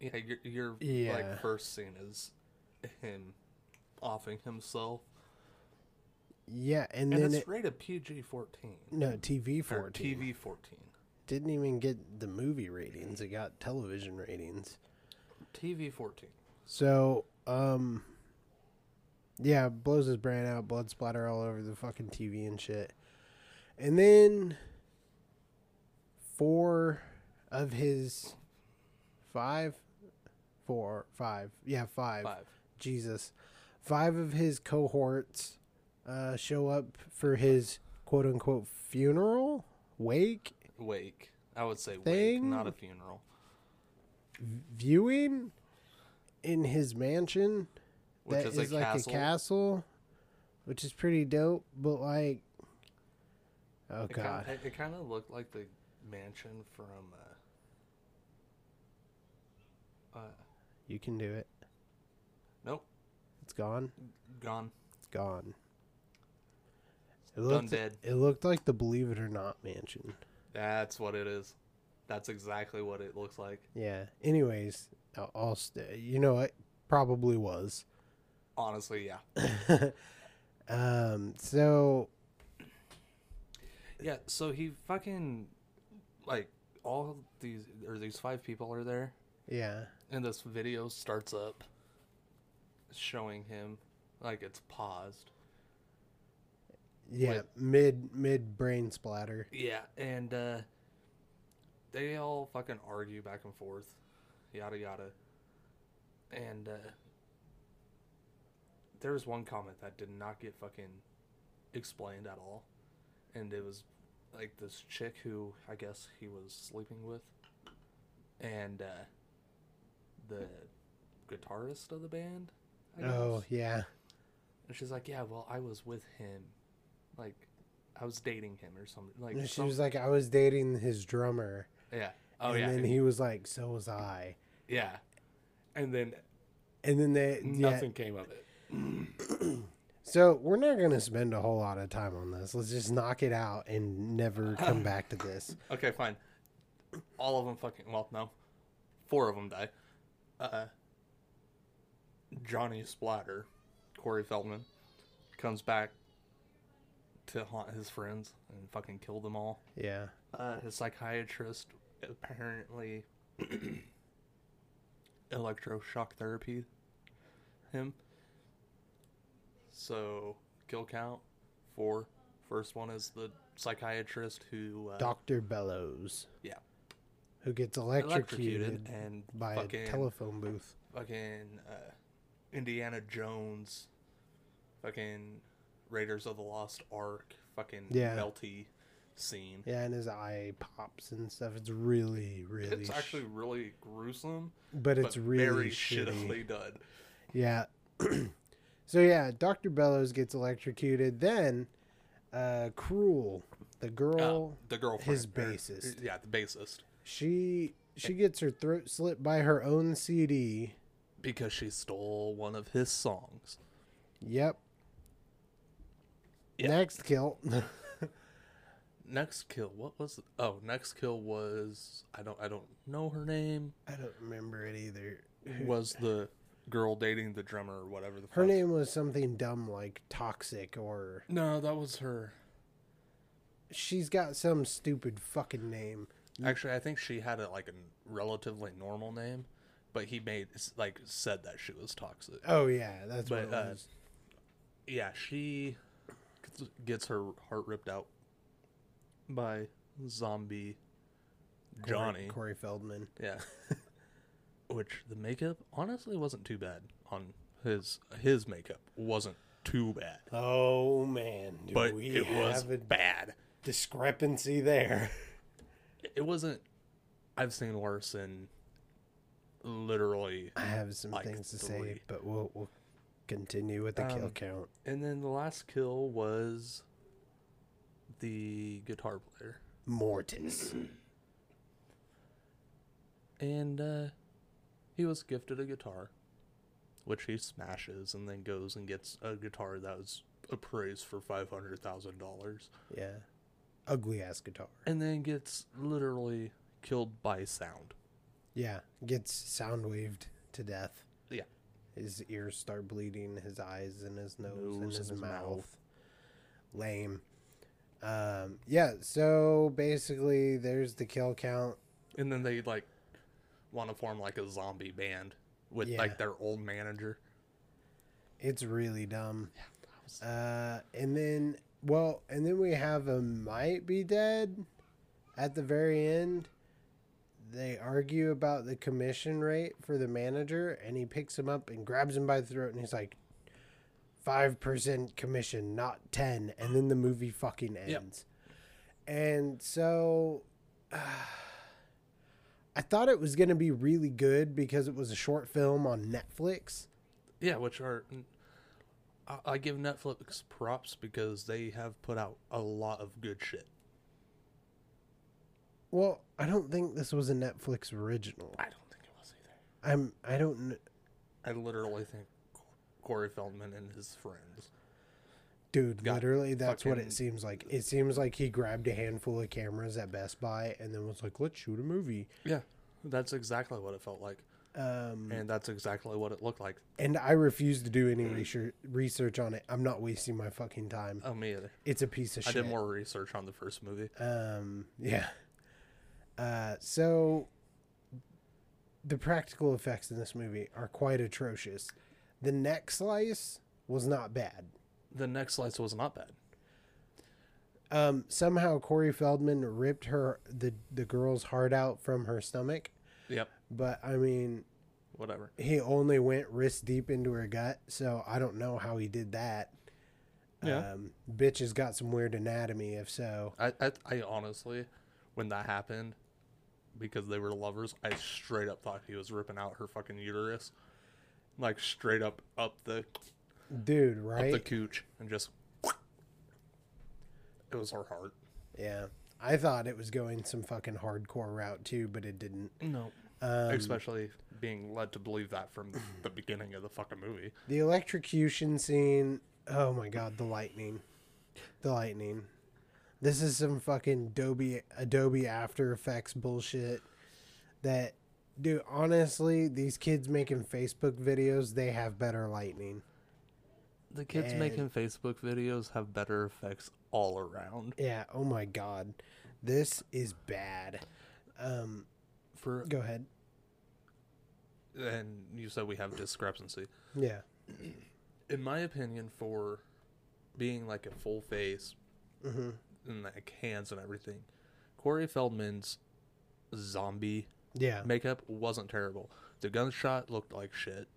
S4: yeah. Your your
S3: Yeah.
S4: like first scene is him offing himself,
S3: yeah and,
S4: and
S3: then
S4: it's
S3: it,
S4: rated PG fourteen
S3: no TV
S4: or
S3: 14
S4: TV fourteen.
S3: didn't even get the movie ratings it got television ratings
S4: TV fourteen.
S3: so um yeah blows his brain out blood splatter all over the fucking TV and shit and then four of his five four five yeah
S4: Five.
S3: Jesus. Five of his cohorts uh, show up for his quote unquote funeral, wake,
S4: Wake. I would say wake,
S3: Thing?
S4: not a funeral.
S3: viewing in his mansion
S4: Which
S3: that
S4: is
S3: is,
S4: a
S3: like
S4: castle.
S3: a castle, which is pretty dope, but like. Oh,
S4: It
S3: God.
S4: Kinda, it kind of looked like the mansion from. Uh, uh,
S3: You can do it.
S4: nope,
S3: It's gone.
S4: gone.
S3: It's gone. It
S4: Done
S3: looked,
S4: dead.
S3: it looked like the Believe It or Not mansion.
S4: That's what it is. That's exactly what it looks like.
S3: Yeah. Anyways, I'll, I'll st- you know what? Probably was.
S4: Honestly, yeah,
S3: Um, so
S4: yeah. So he fucking like all these or these five people are there,
S3: yeah,
S4: and this video starts up showing him like it's paused.
S3: yeah,
S4: Wait.
S3: mid mid brain splatter.
S4: Yeah, and uh, they all fucking argue back and forth, yada yada. And uh, there was one comment that did not get fucking explained at all, and it was like this chick who I guess he was sleeping with, and uh, the guitarist of the band. I guess.
S3: Oh yeah,
S4: And she's like, "Yeah, well, I was with him, like, I was dating him or something." Like,
S3: And she
S4: some-
S3: was like, I was dating his drummer,
S4: yeah. Oh
S3: and
S4: yeah.
S3: then he was like, so was I,
S4: yeah. And then Mm,
S3: and then they yeah,
S4: nothing came of it.
S3: So we're not going to spend a whole lot of time on this. Let's just knock it out and never come back to this.
S4: Okay, fine. All of them fucking. Well, no, four of them die. Uh, Johnny Splatter, Corey Feldman, comes back to haunt his friends and fucking kill them all.
S3: Yeah.
S4: Uh, his psychiatrist apparently electroshock therapy him. So kill count four. First one is the psychiatrist who uh,
S3: Dr. Bellows,
S4: yeah
S3: who gets
S4: electrocuted
S3: electrocuted
S4: and
S3: by
S4: fucking
S3: a telephone booth.
S4: fucking uh, Indiana Jones, fucking Raiders of the Lost Ark, fucking
S3: Yeah.
S4: melty scene.
S3: Yeah, and his eye pops and stuff. It's really, really.
S4: It's
S3: sh-
S4: actually really gruesome,
S3: but it's
S4: but
S3: really
S4: very
S3: shitty.
S4: shittily done.
S3: Yeah. so yeah, Dr. Bellows gets electrocuted. Then, uh, Cruel, the girl,
S4: Uh, the girlfriend,
S3: his
S4: or-
S3: bassist.
S4: yeah, the bassist,
S3: she she gets her throat slit by her own CD.
S4: because she stole one of his songs.
S3: Yep. Next kill.
S4: Next kill, what was? Oh, next kill was I don't I don't know her name.
S3: I don't remember it either.
S4: Was the girl dating the drummer or whatever the
S3: Her
S4: fuck.
S3: name was something dumb like toxic or
S4: No, that was her.
S3: she's got some stupid fucking name.
S4: Actually, I think she had a, like a relatively normal name, but he made like said that she was toxic.
S3: Oh yeah, that's what
S4: But,
S3: it
S4: uh,
S3: was.
S4: Yeah, she gets- gets her heart ripped out by zombie
S3: Corey-
S4: Johnny.
S3: Corey Feldman.
S4: Yeah. Which the makeup honestly wasn't too bad on his his makeup wasn't too bad,
S3: Oh man, do
S4: but
S3: we
S4: it was
S3: have a
S4: bad.
S3: discrepancy there?
S4: It wasn't. I've seen worse in literally
S3: I have some
S4: Like
S3: things to say,
S4: three.
S3: but we'll, we'll continue with the kill
S4: Um,
S3: count.
S4: And then the last kill was the guitar player.
S3: Mortis.
S4: And uh, he was gifted a guitar, which he smashes and then goes and gets a guitar that was appraised for $500,000.
S3: yeah. Ugly ass guitar.
S4: And then gets literally killed by sound.
S3: Yeah. Gets sound waved to death.
S4: Yeah.
S3: His ears start bleeding, his eyes and his nose, and
S4: Nose
S3: his,
S4: and his
S3: mouth.
S4: mouth.
S3: Lame. Um, yeah, so basically there's the kill count.
S4: And then they like want to form like a zombie band with
S3: Yeah.
S4: like their old manager.
S3: It's really dumb. Uh, and then, well, and then we have a might be dead at the very end. They argue about the commission rate for the manager, and he picks him up and grabs him by the throat, and he's like, 5% commission, not 10. And then the movie fucking ends. And so I thought it was going to be really good because it was a short film on Netflix.
S4: Yeah, which are I, I give Netflix props because they have put out a lot of good shit.
S3: Well, I don't think this was a Netflix original.
S4: I don't think it was either.
S3: I'm I don't kn-
S4: I literally think Corey Feldman and his friends.
S3: dude,
S4: Got
S3: literally that's what
S4: fucking-
S3: it seems like. It seems like he grabbed a handful of cameras at Best Buy and then was like, "Let's shoot a movie."
S4: Yeah, that's exactly what it felt like,
S3: Um
S4: and that's exactly what it looked like.
S3: and I refuse to do any
S4: Mm.
S3: research research on it. I'm not wasting my fucking time.
S4: Oh, me either.
S3: It's a piece of
S4: I
S3: shit.
S4: did more research on the first movie.
S3: Um, yeah. Uh, so the practical effects in this movie are quite atrocious. The neck slice was not bad.
S4: The next slice was not bad.
S3: Um, somehow Corey Feldman ripped her the the girl's heart out from her stomach,
S4: Yep.
S3: but I mean
S4: Whatever.
S3: he only went wrist deep into her gut, so I don't know how he did that.
S4: Yeah.
S3: Um, bitch has got some weird anatomy, if so.
S4: I, I I honestly, when that happened, because they were lovers, I straight up thought he was ripping out her fucking uterus, like straight up up the
S3: Dude,
S4: up
S3: right?
S4: the cooch and just. It was her heart.
S3: Yeah. I thought it was going some fucking hardcore route too, but it didn't.
S4: No.
S3: Um,
S4: Especially being led to believe that from the, the beginning of the fucking movie.
S3: The electrocution scene Oh my god, the lightning. The lightning. This is some fucking Adobe Adobe After Effects bullshit that dude, honestly, these kids making Facebook videos, they have better lightning.
S4: The kids
S3: And-
S4: making Facebook videos have better effects all around.
S3: Yeah, oh my god. This is bad. Um
S4: For
S3: go ahead.
S4: and you said we have discrepancy.
S3: Yeah.
S4: In my opinion, for being like a full face
S3: Mm-hmm.
S4: and like hands and everything, Corey Feldman's zombie
S3: Yeah.
S4: makeup wasn't terrible. The gunshot looked like shit.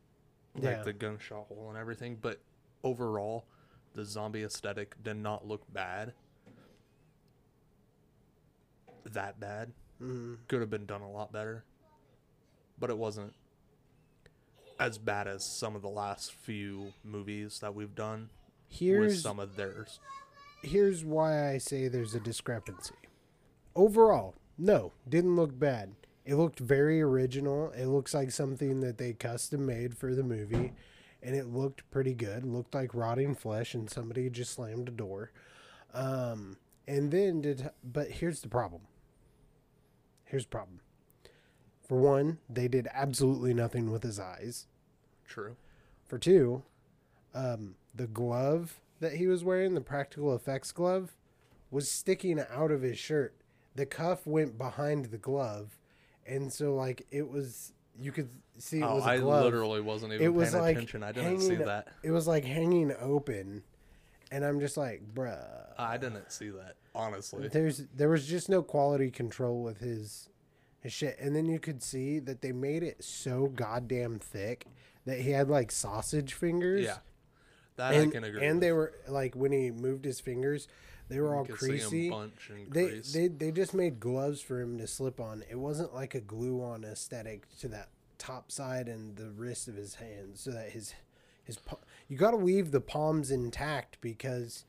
S4: Like
S3: Yeah.
S4: the gunshot hole and everything, but overall the zombie aesthetic did not look bad. That bad.
S3: Mm.
S4: Could have been done a lot better. But it wasn't as bad as some of the last few movies that we've done with
S3: Here's
S4: some of theirs.
S3: here's why I say there's a discrepancy. Overall, no, didn't look bad. It looked very original. It looks like something that they custom made for the movie, and it looked pretty good. Looked like rotting flesh, and somebody just slammed a door. Um, and then did, but here's the problem. Here's the problem. For one, they did absolutely nothing with his eyes.
S4: True.
S3: For two, um, the glove that he was wearing, the practical effects glove, was sticking out of his shirt. The cuff went behind the glove, and so like it was, you could see it
S4: Oh,
S3: was a
S4: I
S3: glove.
S4: literally wasn't even
S3: it was
S4: paying
S3: like
S4: attention. I didn't see
S3: hanging-
S4: that.
S3: It was like hanging open, and I'm just like, bruh.
S4: I didn't see that, honestly.
S3: There's there was just no quality control with his his shit, and then you could see that they made it so goddamn thick that he had like sausage fingers.
S4: Yeah, that
S3: and,
S4: I can agree.
S3: and
S4: with.
S3: they were like when he moved his fingers, they were all
S4: could see 'em
S3: creasy.
S4: bunch and
S3: they
S4: crease.
S3: they they just made gloves for him to slip on. It wasn't like a glue on aesthetic to that top side and the wrist of his hands, so that his his pa- you got to leave the palms intact because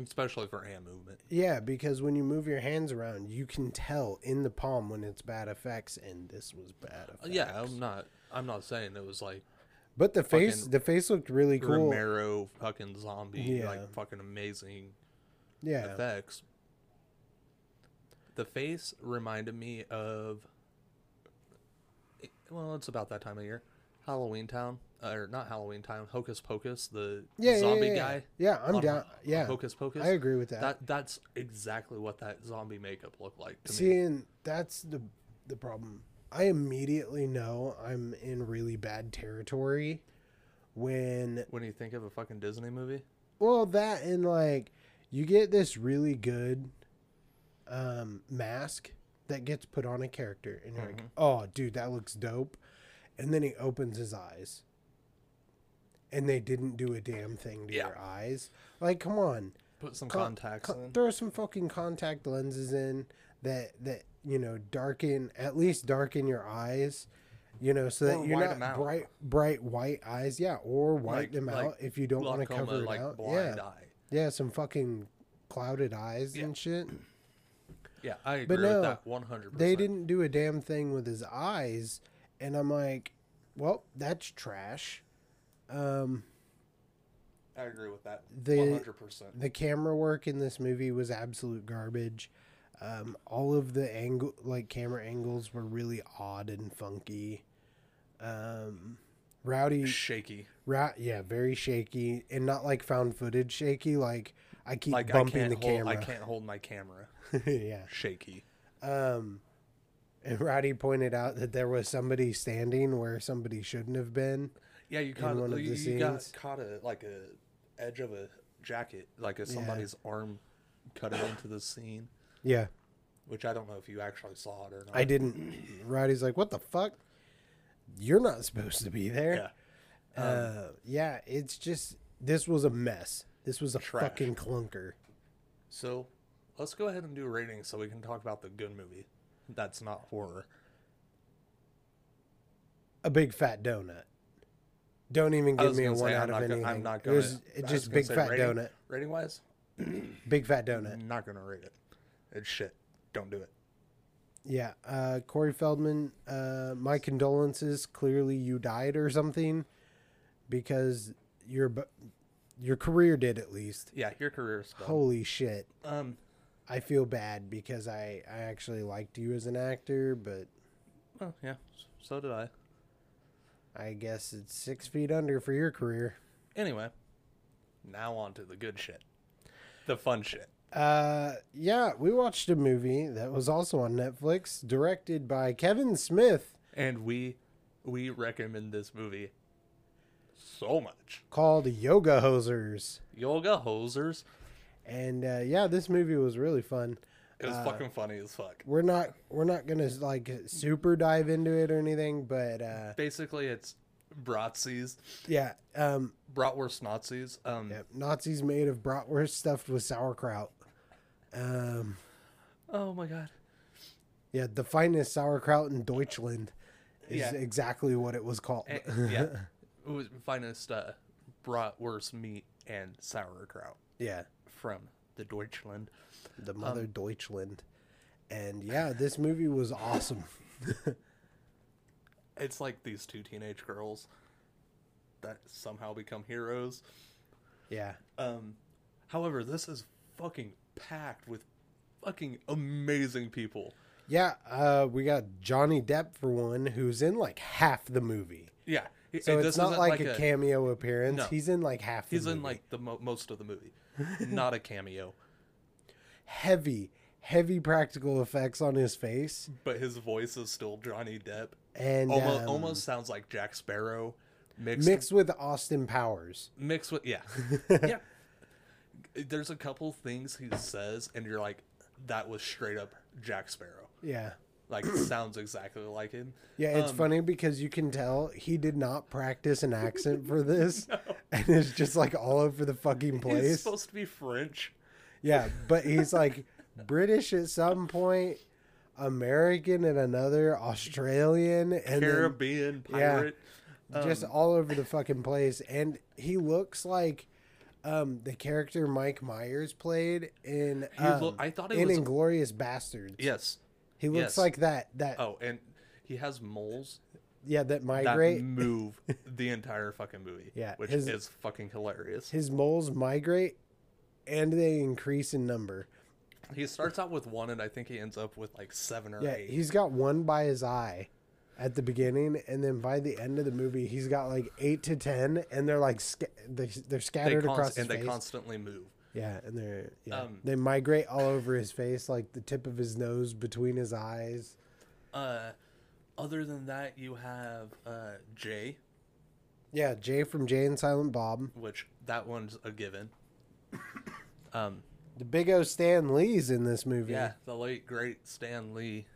S4: especially for hand movement.
S3: yeah, because when you move your hands around, you can tell in the palm when it's bad effects, and this was bad effects.
S4: Yeah, I'm not. I'm not saying it was like
S3: but the face
S4: fucking
S3: the face looked really cool.
S4: Romero fucking zombie,
S3: Yeah.
S4: like fucking amazing
S3: yeah,
S4: effects. The face reminded me of. eh, Well, it's about that time of year, Halloween Town, or not Halloween Town, Hocus Pocus, the
S3: yeah, yeah,
S4: zombie
S3: yeah, yeah.
S4: guy.
S3: Yeah, I'm
S4: on
S3: down. Yeah,
S4: Hocus Pocus.
S3: I agree with that.
S4: That that's exactly what that zombie makeup looked like to me.
S3: See, and that's the the problem. I immediately know I'm in really bad territory when
S4: When you think of a fucking Disney movie,
S3: well that and like you get this really good um mask that gets put on a character and you're
S4: Mm-hmm.
S3: like, "Oh, dude, that looks dope." And then he opens his eyes. And they didn't do a damn thing to
S4: Yeah.
S3: your eyes. Like, come on
S4: put some
S3: con-
S4: contacts
S3: con-
S4: in.
S3: Throw some fucking contact lenses in that that you know darken at least darken your eyes. You know, so that
S4: Or
S3: you're
S4: white
S3: not
S4: 'em out.
S3: bright bright white eyes. Yeah, or white
S4: Like-
S3: them
S4: like
S3: out if you don't want to
S4: glaucoma,
S3: cover it
S4: like
S3: out.
S4: blind
S3: yeah,
S4: eye.
S3: yeah, some fucking clouded eyes
S4: Yeah.
S3: and shit.
S4: Yeah, I agree
S3: But no,
S4: with that one hundred percent.
S3: They didn't do a damn thing with his eyes, and I'm like, well, that's trash. Um,
S4: I agree with that.
S3: They-
S4: One hundred percent.
S3: the camera work in this movie was absolute garbage. Um, all of the angle, like camera angles, were really odd and funky. Um, rowdy,
S4: Shaky.
S3: ra- yeah, very shaky, and not like found footage shaky. Like I keep
S4: Like
S3: bumping
S4: I
S3: the
S4: can't hold, I
S3: camera.
S4: can't hold my camera.
S3: yeah.
S4: Shaky.
S3: Um, and Rowdy pointed out that there was somebody standing where somebody shouldn't have been.
S4: Yeah, you caught
S3: one of the
S4: you, you got
S3: scenes.
S4: caught a like a edge of a jacket, like a, somebody's arm cutting into the scene.
S3: Yeah,
S4: Which I don't know if you actually saw it or not.
S3: I didn't. Rowdy's like, "What the fuck? You're not supposed to be there."
S4: Yeah. Um,
S3: Uh, yeah, it's just this was a mess. This was a
S4: Trash.
S3: fucking clunker.
S4: So let's go ahead and do ratings so we can talk about the good movie. That's not horror.
S3: A big fat donut. Don't even
S4: I
S3: give
S4: was
S3: me a
S4: gonna
S3: one
S4: say,
S3: out
S4: I'm
S3: of
S4: not
S3: anything.
S4: Gonna, I'm not
S3: It
S4: gonna.
S3: was
S4: I
S3: it
S4: was
S3: just
S4: gonna
S3: big
S4: say
S3: fat
S4: rating,
S3: donut.
S4: Rating wise,
S3: Big fat donut.
S4: not gonna rate it. It's shit. Don't do it.
S3: Yeah. Uh, Corey Feldman. Uh, my condolences. Clearly, you died or something, because you're bu- Your career did at least.
S4: Yeah, your career is done.
S3: Holy shit.
S4: Um,
S3: I feel bad because I, I actually liked you as an actor, but
S4: well, yeah, s- so did I.
S3: I guess it's six feet under for your career.
S4: Anyway, now on to the good shit, the fun shit.
S3: Uh, yeah, we watched a movie that was also on Netflix, directed by Kevin Smith,
S4: And we we recommend this movie so much.
S3: called Yoga Hosers.
S4: Yoga hosers.
S3: And uh, yeah, this movie was really fun.
S4: It
S3: Uh,
S4: was fucking funny as fuck.
S3: We're not we're not gonna like super dive into it or anything, but uh,
S4: Basically, it's Bratzies,
S3: yeah, um,
S4: Bratwurst Nazis. Um,
S3: yeah, Nazis made of bratwurst stuffed with sauerkraut. Um,
S4: Oh my god.
S3: yeah, the finest sauerkraut in Deutschland is
S4: Yeah.
S3: exactly what it was called.
S4: Eh, yeah. It was finest uh, Bratwurst meat and sauerkraut
S3: yeah.
S4: from the Deutschland.
S3: the mother
S4: Um,
S3: Deutschland. And yeah, this movie was awesome.
S4: It's like these two teenage girls that somehow become heroes.
S3: yeah.
S4: Um, however, this is fucking packed with fucking amazing people.
S3: Yeah, uh, we got Johnny Depp for one, who's in like half the movie.
S4: Yeah. It-
S3: So
S4: it-
S3: it's
S4: this
S3: not
S4: isn't
S3: like, a, cameo appearance.
S4: No.
S3: He's in like half the
S4: He's in
S3: movie.
S4: like the mo- most of the movie, not a cameo,
S3: heavy, heavy practical effects on his face.
S4: but his voice is still Johnny Depp.
S3: And
S4: almost,
S3: um,
S4: almost sounds like Jack Sparrow mixed
S3: mixed with Austin Powers.
S4: mixed with yeah yeah there's a couple things he says and you're like that was straight up jack sparrow
S3: Yeah.
S4: like sounds exactly like him
S3: Yeah, it's
S4: Um,
S3: funny because you can tell he did not practice an accent for this. And it's just like all over the fucking place.
S4: he's supposed to be french
S3: Yeah, but he's like British at some point, American at another, Australian, and then
S4: caribbean
S3: yeah.
S4: pirate
S3: just
S4: Um,
S3: all over the fucking place. And he looks like um, the character Mike Myers played in
S4: He
S3: um,
S4: loo- I thought he
S3: in
S4: was-
S3: Inglorious Bastards.
S4: yes
S3: he looks
S4: yes.
S3: like that. That
S4: oh and he has moles
S3: yeah, that
S4: that
S3: migrate.
S4: move the entire fucking movie
S3: Yeah,
S4: which
S3: his-
S4: is fucking hilarious
S3: His moles migrate, and they increase in number.
S4: he starts out with one and i think he ends up with like seven or
S3: Yeah,
S4: eight
S3: he's got one by his eye at the beginning, and then by the end of the movie, he's got like eight to ten, and they're like sca- they, they're
S4: they
S3: scattered
S4: const-
S3: across his
S4: and they
S3: face.
S4: constantly move
S3: yeah, and they're yeah.
S4: Um,
S3: they migrate all over his face, like the tip of his nose, between his eyes.
S4: uh other than that you have uh jay
S3: Yeah, Jay from Jay and Silent Bob,
S4: which that one's a given. Um,
S3: the big O Stan Lee's in this movie.
S4: yeah, the late great Stan Lee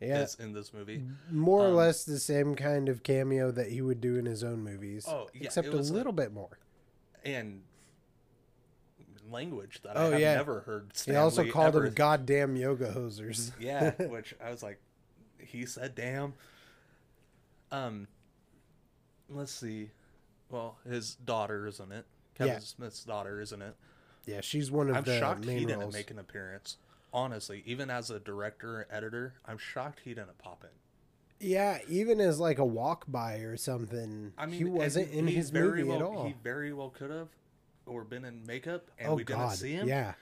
S3: yeah, Mm-hmm.
S4: is in this um, movie.
S3: more or less the same kind of cameo that he would do in his own movies.
S4: Oh, yeah,
S3: except
S4: it
S3: a
S4: was like-
S3: little bit more.
S4: And language that
S3: Oh,
S4: I have
S3: yeah.
S4: never heard. Stan
S3: they also
S4: Lee
S3: called
S4: ever-
S3: him goddamn yoga hosers.
S4: Mm-hmm. yeah, which I was like, he said, "Damn." Um, let's see. Well, his daughter isn't it? Kevin
S3: Yeah.
S4: Smith's daughter isn't it?
S3: Yeah, she's one of
S4: I'm
S3: the
S4: shocked
S3: main
S4: he didn't
S3: roles.
S4: make an appearance. Honestly, even as a director and editor, I'm shocked he didn't pop in.
S3: Yeah, even as like a walk by or something.
S4: I mean,
S3: he
S4: and
S3: wasn't in
S4: he
S3: his
S4: very
S3: movie
S4: well,
S3: at all.
S4: He very well could have, or been in makeup, and
S3: oh
S4: we
S3: God!
S4: didn't see him.
S3: Yeah,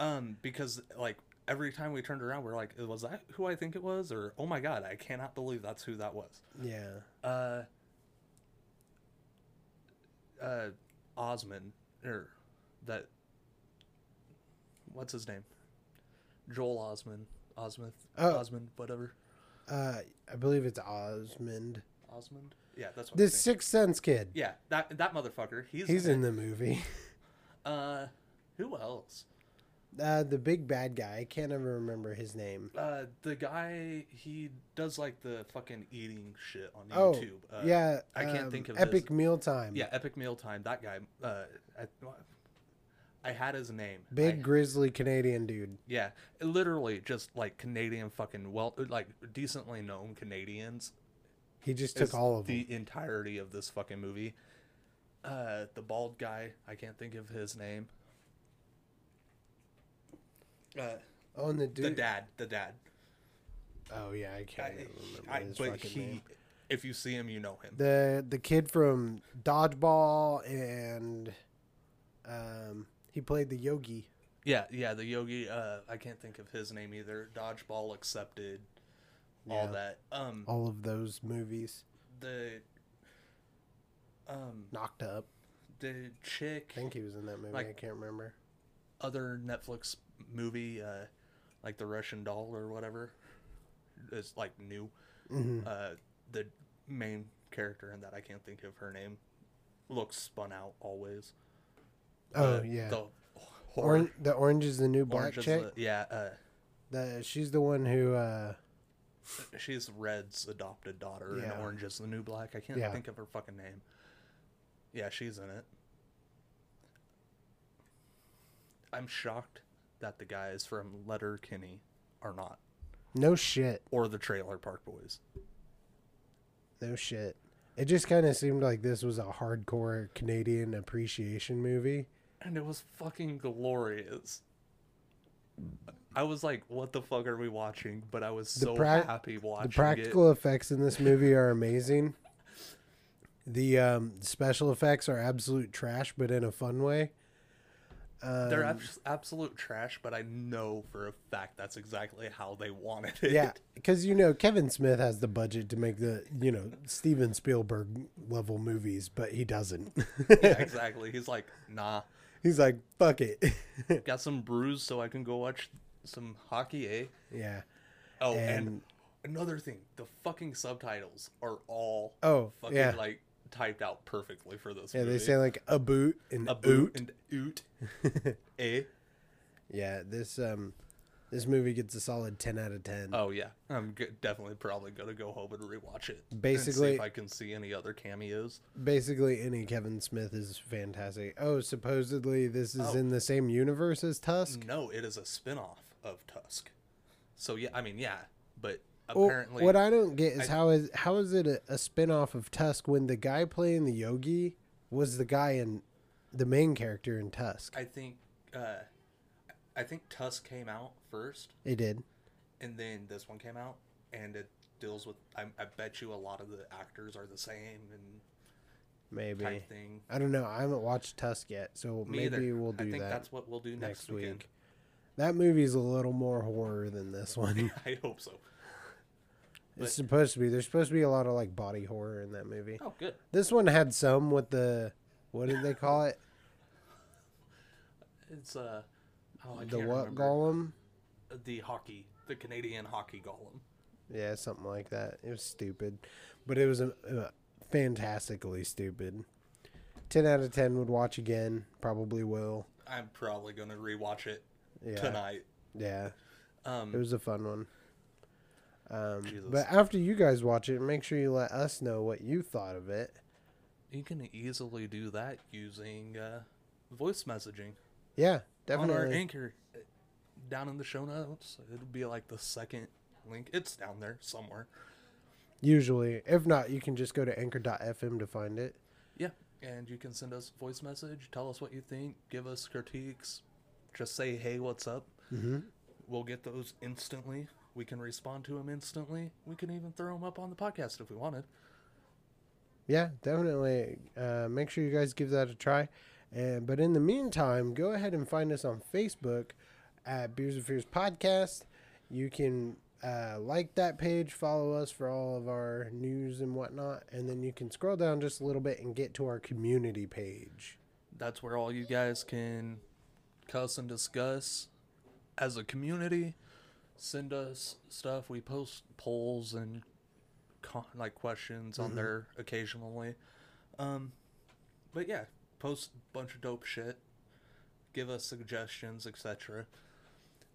S4: Um, because like every time we turned around, we're like, was that who I think it was? Or oh my God, I cannot believe that's who that was.
S3: yeah,
S4: Uh. Uh, Osman or that. What's his name? Joel Osman, Osmond,
S3: Oh.
S4: Osmond, whatever.
S3: uh, I believe it's Osmond,
S4: Osmond. Yeah, that's what.
S3: the
S4: his name-
S3: Sixth Sense kid.
S4: Yeah, that that motherfucker. He's
S3: He's
S4: in.
S3: in the movie.
S4: it. Uh, who else?
S3: Uh, the big bad guy. I can't ever remember his name.
S4: Uh, the guy he does like the fucking eating shit on
S3: Oh,
S4: YouTube. Uh,
S3: yeah.
S4: I can't
S3: um,
S4: think of
S3: Epic
S4: His,
S3: Mealtime.
S4: yeah, Epic Meal Time. That guy. Uh, I, I had his name.
S3: Big
S4: I-
S3: grizzly Canadian dude.
S4: yeah, literally just like Canadian fucking well, like decently known Canadians.
S3: He just
S4: is
S3: took all of
S4: the
S3: them.
S4: entirety of this fucking movie. Uh, the bald guy. I can't think of his name. Uh,
S3: Oh, and the dude.
S4: the dad. The dad.
S3: Oh yeah, I can't
S4: I-
S3: even remember
S4: I-
S3: his
S4: but
S3: fucking
S4: he
S3: name.
S4: if you see him, you know him.
S3: the the kid from Dodgeball and um he played the Yogi.
S4: Yeah, yeah, the Yogi. Uh, I can't think of his name either. Dodgeball accepted, all
S3: Yeah. Oh.
S4: that. Um,
S3: All of those movies
S4: the um
S3: knocked up.
S4: the chick
S3: I think he was in that movie. I
S4: Like-
S3: can't remember.
S4: other Netflix movie, uh, like the Russian Doll or whatever, is like new.
S3: Mm-hmm.
S4: Uh, the main character in that I can't think of her name looks spun out always.
S3: Oh
S4: The-
S3: yeah,
S4: the horror.
S3: Orange, the orange is the new black
S4: orange is
S3: chick.
S4: the- yeah, uh,
S3: The, she's the one who. uh
S4: she's Red's adopted daughter,
S3: Yeah.
S4: and Orange is the new black. I can't
S3: Yeah.
S4: think of her fucking name. Yeah, she's in it. I'm shocked that the guys from Letter Kenny are not,
S3: No shit.
S4: or the Trailer Park Boys.
S3: No shit. It just kind of seemed like this was a hardcore Canadian appreciation movie.
S4: and it was fucking glorious. I was like, "What the fuck are we watching?" But I was
S3: The
S4: so
S3: prac-
S4: happy
S3: The
S4: watching
S3: practical effects in this movie are amazing. The um, special effects are absolute trash, but in a fun way.
S4: it. They're
S3: um,
S4: abs- absolute trash, but I know for a fact that's exactly how they wanted it.
S3: Yeah, because you know Kevin Smith has the budget to make the you know Steven Spielberg level movies, but he doesn't.
S4: Yeah, exactly. He's like, "Nah,
S3: He's like, fuck it.
S4: got some brews, so I can go watch some hockey." Eh?
S3: yeah.
S4: Oh, and,
S3: And-
S4: another thing, the fucking subtitles are all
S3: Oh,
S4: fucking
S3: yeah.
S4: like typed out perfectly for this.
S3: Yeah,
S4: movie.
S3: they say like a boot and
S4: a
S3: a
S4: boot
S3: oot.
S4: and oot, eh?
S3: Yeah, this um, this movie gets a solid ten out of ten.
S4: Oh yeah, I'm g- definitely probably gonna go home and rewatch it. and see
S3: Basically-
S4: if I can see any other cameos.
S3: Basically, any Kevin Smith is fantastic. Oh, supposedly this is
S4: Oh. Mm,
S3: in the same universe as Tusk.
S4: No, it is a spin-off of Tusk. So yeah, I mean yeah, but
S3: Well,
S4: apparently
S3: what I don't get is
S4: I-
S3: how is how is it a, a spinoff of Tusk when the guy playing the Yogi was the guy in the main character in Tusk?
S4: I think uh, I think Tusk came out first,
S3: it did.
S4: and then this one came out, and it deals with. I, I bet you a lot of the actors are the same and
S3: Maybe.
S4: type thing.
S3: I don't know. I haven't watched Tusk yet, so
S4: Me
S3: maybe
S4: either.
S3: we'll do
S4: I think
S3: that
S4: that's what we'll do next,
S3: next
S4: weekend.
S3: week. That movie's a little more horror than this one.
S4: I hope so.
S3: it's supposed to be. There's supposed to be a lot of like body horror in that movie.
S4: Oh, good.
S3: This one had some with the what did they call it?
S4: It's uh, oh, I
S3: the
S4: can't
S3: what
S4: remember.
S3: golem?
S4: the hockey, the Canadian hockey golem.
S3: Yeah, something like that. It was stupid, but it was a, a fantastically stupid. Ten out of ten would watch again. Probably will.
S4: I'm probably gonna rewatch it
S3: Yeah.
S4: tonight.
S3: Yeah,
S4: Um,
S3: it was a fun one. Um,
S4: Jesus.
S3: but after you guys watch it, make sure you let us know what you thought of it.
S4: you can easily do that using uh, voice messaging
S3: Yeah,
S4: on our
S3: definitely.
S4: anchor. uh, Down in the show notes, it'll be like the second link. It's down there somewhere.
S3: Usually, if not, you can just go to anchor.fm to find it.
S4: Yeah, and you can send us a voice message. Tell us what you think. Give us critiques. Just say, "Hey, what's up?" Mm-hmm. We'll get those instantly. We can respond to them instantly. We can even throw them up on the podcast if we wanted.
S3: Yeah, definitely. Uh, make sure you guys give that a try. And but in the meantime, go ahead and find us on Facebook at Beers and Fears Podcast. You can uh, like that page, follow us for all of our news and whatnot, and then you can scroll down just a little bit and get to our community page.
S4: that's where all you guys can cuss and discuss as a community send us stuff we post polls and con- like questions on there occasionally um but yeah post a bunch of dope shit give us suggestions etc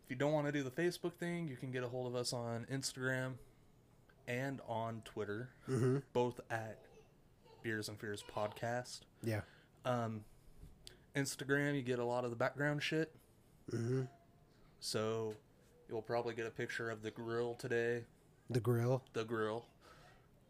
S4: if you don't want to do the facebook thing you can get a hold of us on instagram and on twitter both at beers and fears podcast
S3: Yeah,
S4: um, Instagram, you get a lot of the background shit. Mm-hmm. So you'll probably get a picture of the grill today,
S3: the grill.
S4: the grill,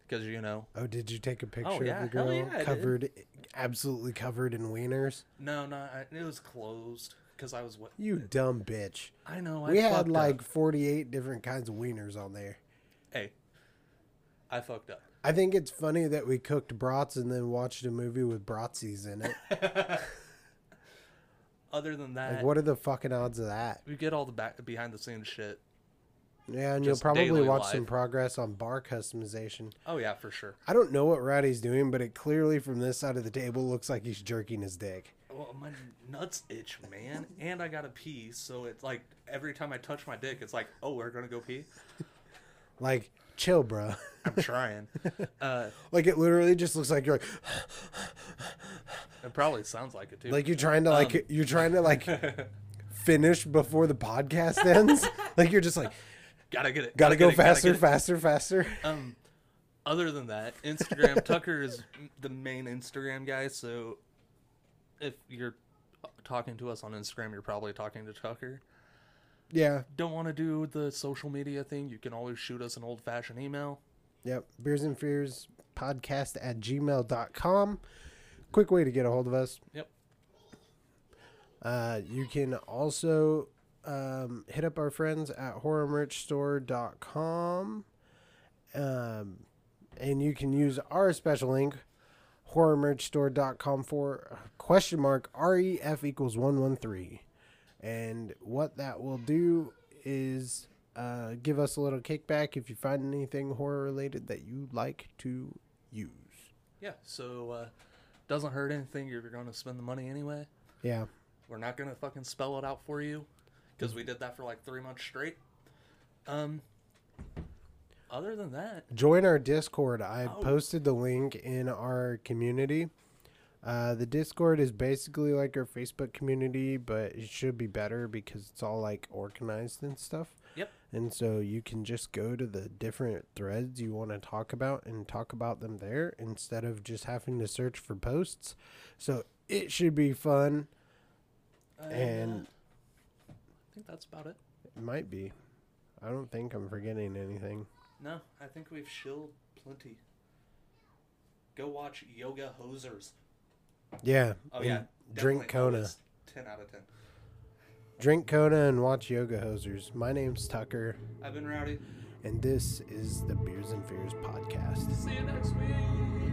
S4: because you know,
S3: Oh, did you take a picture
S4: yeah.
S3: of the
S4: Hell
S3: grill
S4: yeah, I did.
S3: covered, absolutely covered in wieners?
S4: no, no, I- it was closed because I was. wa-
S3: You dumb bitch.
S4: I know. Oh, I
S3: We
S4: fucked
S3: had
S4: up.
S3: like 48 different kinds of wieners on there.
S4: Hey, I fucked up.
S3: I think it's funny that we cooked brats and then watched a movie with bratsies in it.
S4: Other than that,
S3: Like, what are the fucking odds of that?
S4: we get all the back behind the scenes shit.
S3: Yeah, and you'll
S4: Just
S3: probably
S4: daily
S3: watch some
S4: life.
S3: progress on bar customization.
S4: Oh yeah, for sure.
S3: I don't know what Rowdy's doing, but it clearly from this side of the table looks like he's jerking his dick.
S4: Well, my nuts itch, man, and I gotta pee. So it's like every time I touch my dick, it's like, oh, we're gonna go pee.
S3: Like, chill, bro.
S4: I'm trying. uh,
S3: like it literally just looks like you're like,
S4: it probably sounds like it too.
S3: like you're trying to
S4: Um.
S3: like you're trying to like finish before the podcast ends. like you're just like
S4: gotta get it.
S3: gotta,
S4: get
S3: go
S4: it,
S3: faster,
S4: get it.
S3: faster, faster.
S4: Um, other than that, Instagram Tucker is the main Instagram guy. So if you're talking to us on Instagram, you're probably talking to Tucker.
S3: yeah.
S4: Don't want to do the social media thing? You can always shoot us an old fashioned email.
S3: Yep. Beers and Fears podcast at gmail.com. Quick way to get a hold of us.
S4: Yep.
S3: Uh, you can also um, hit up our friends at horrormerchstore.com. Um, and you can use our special link, horrormerchstore.com, for question mark REF equals 113. And what that will do is uh, give us a little kickback if you find anything horror related that you like to use.
S4: Yeah. So uh, doesn't hurt anything. You're going to spend the money anyway.
S3: Yeah.
S4: We're not going to fucking spell it out for you because we did that for like three months straight. Um. Other than that,
S3: join our discord i
S4: Oh.
S3: posted the link in our community uh, the discord is basically like our facebook community but it should be better because it's all like organized and stuff
S4: Yep.
S3: and so you can just go to the different threads you want to talk about and talk about them there instead of just having to search for posts so it should be fun
S4: uh,
S3: and
S4: I think that's about it.
S3: it might be i don't think i'm forgetting anything
S4: No, I think we've shilled plenty. Go watch Yoga Hosers.
S3: yeah
S4: Oh
S3: and
S4: yeah,
S3: drink
S4: definitely.
S3: kona
S4: That was Ten out of ten.
S3: Drink Kona and watch Yoga Hosers. My name's Tucker,
S4: I've been rowdy.
S3: and this is the Beers and Fears podcast.
S4: See you next week.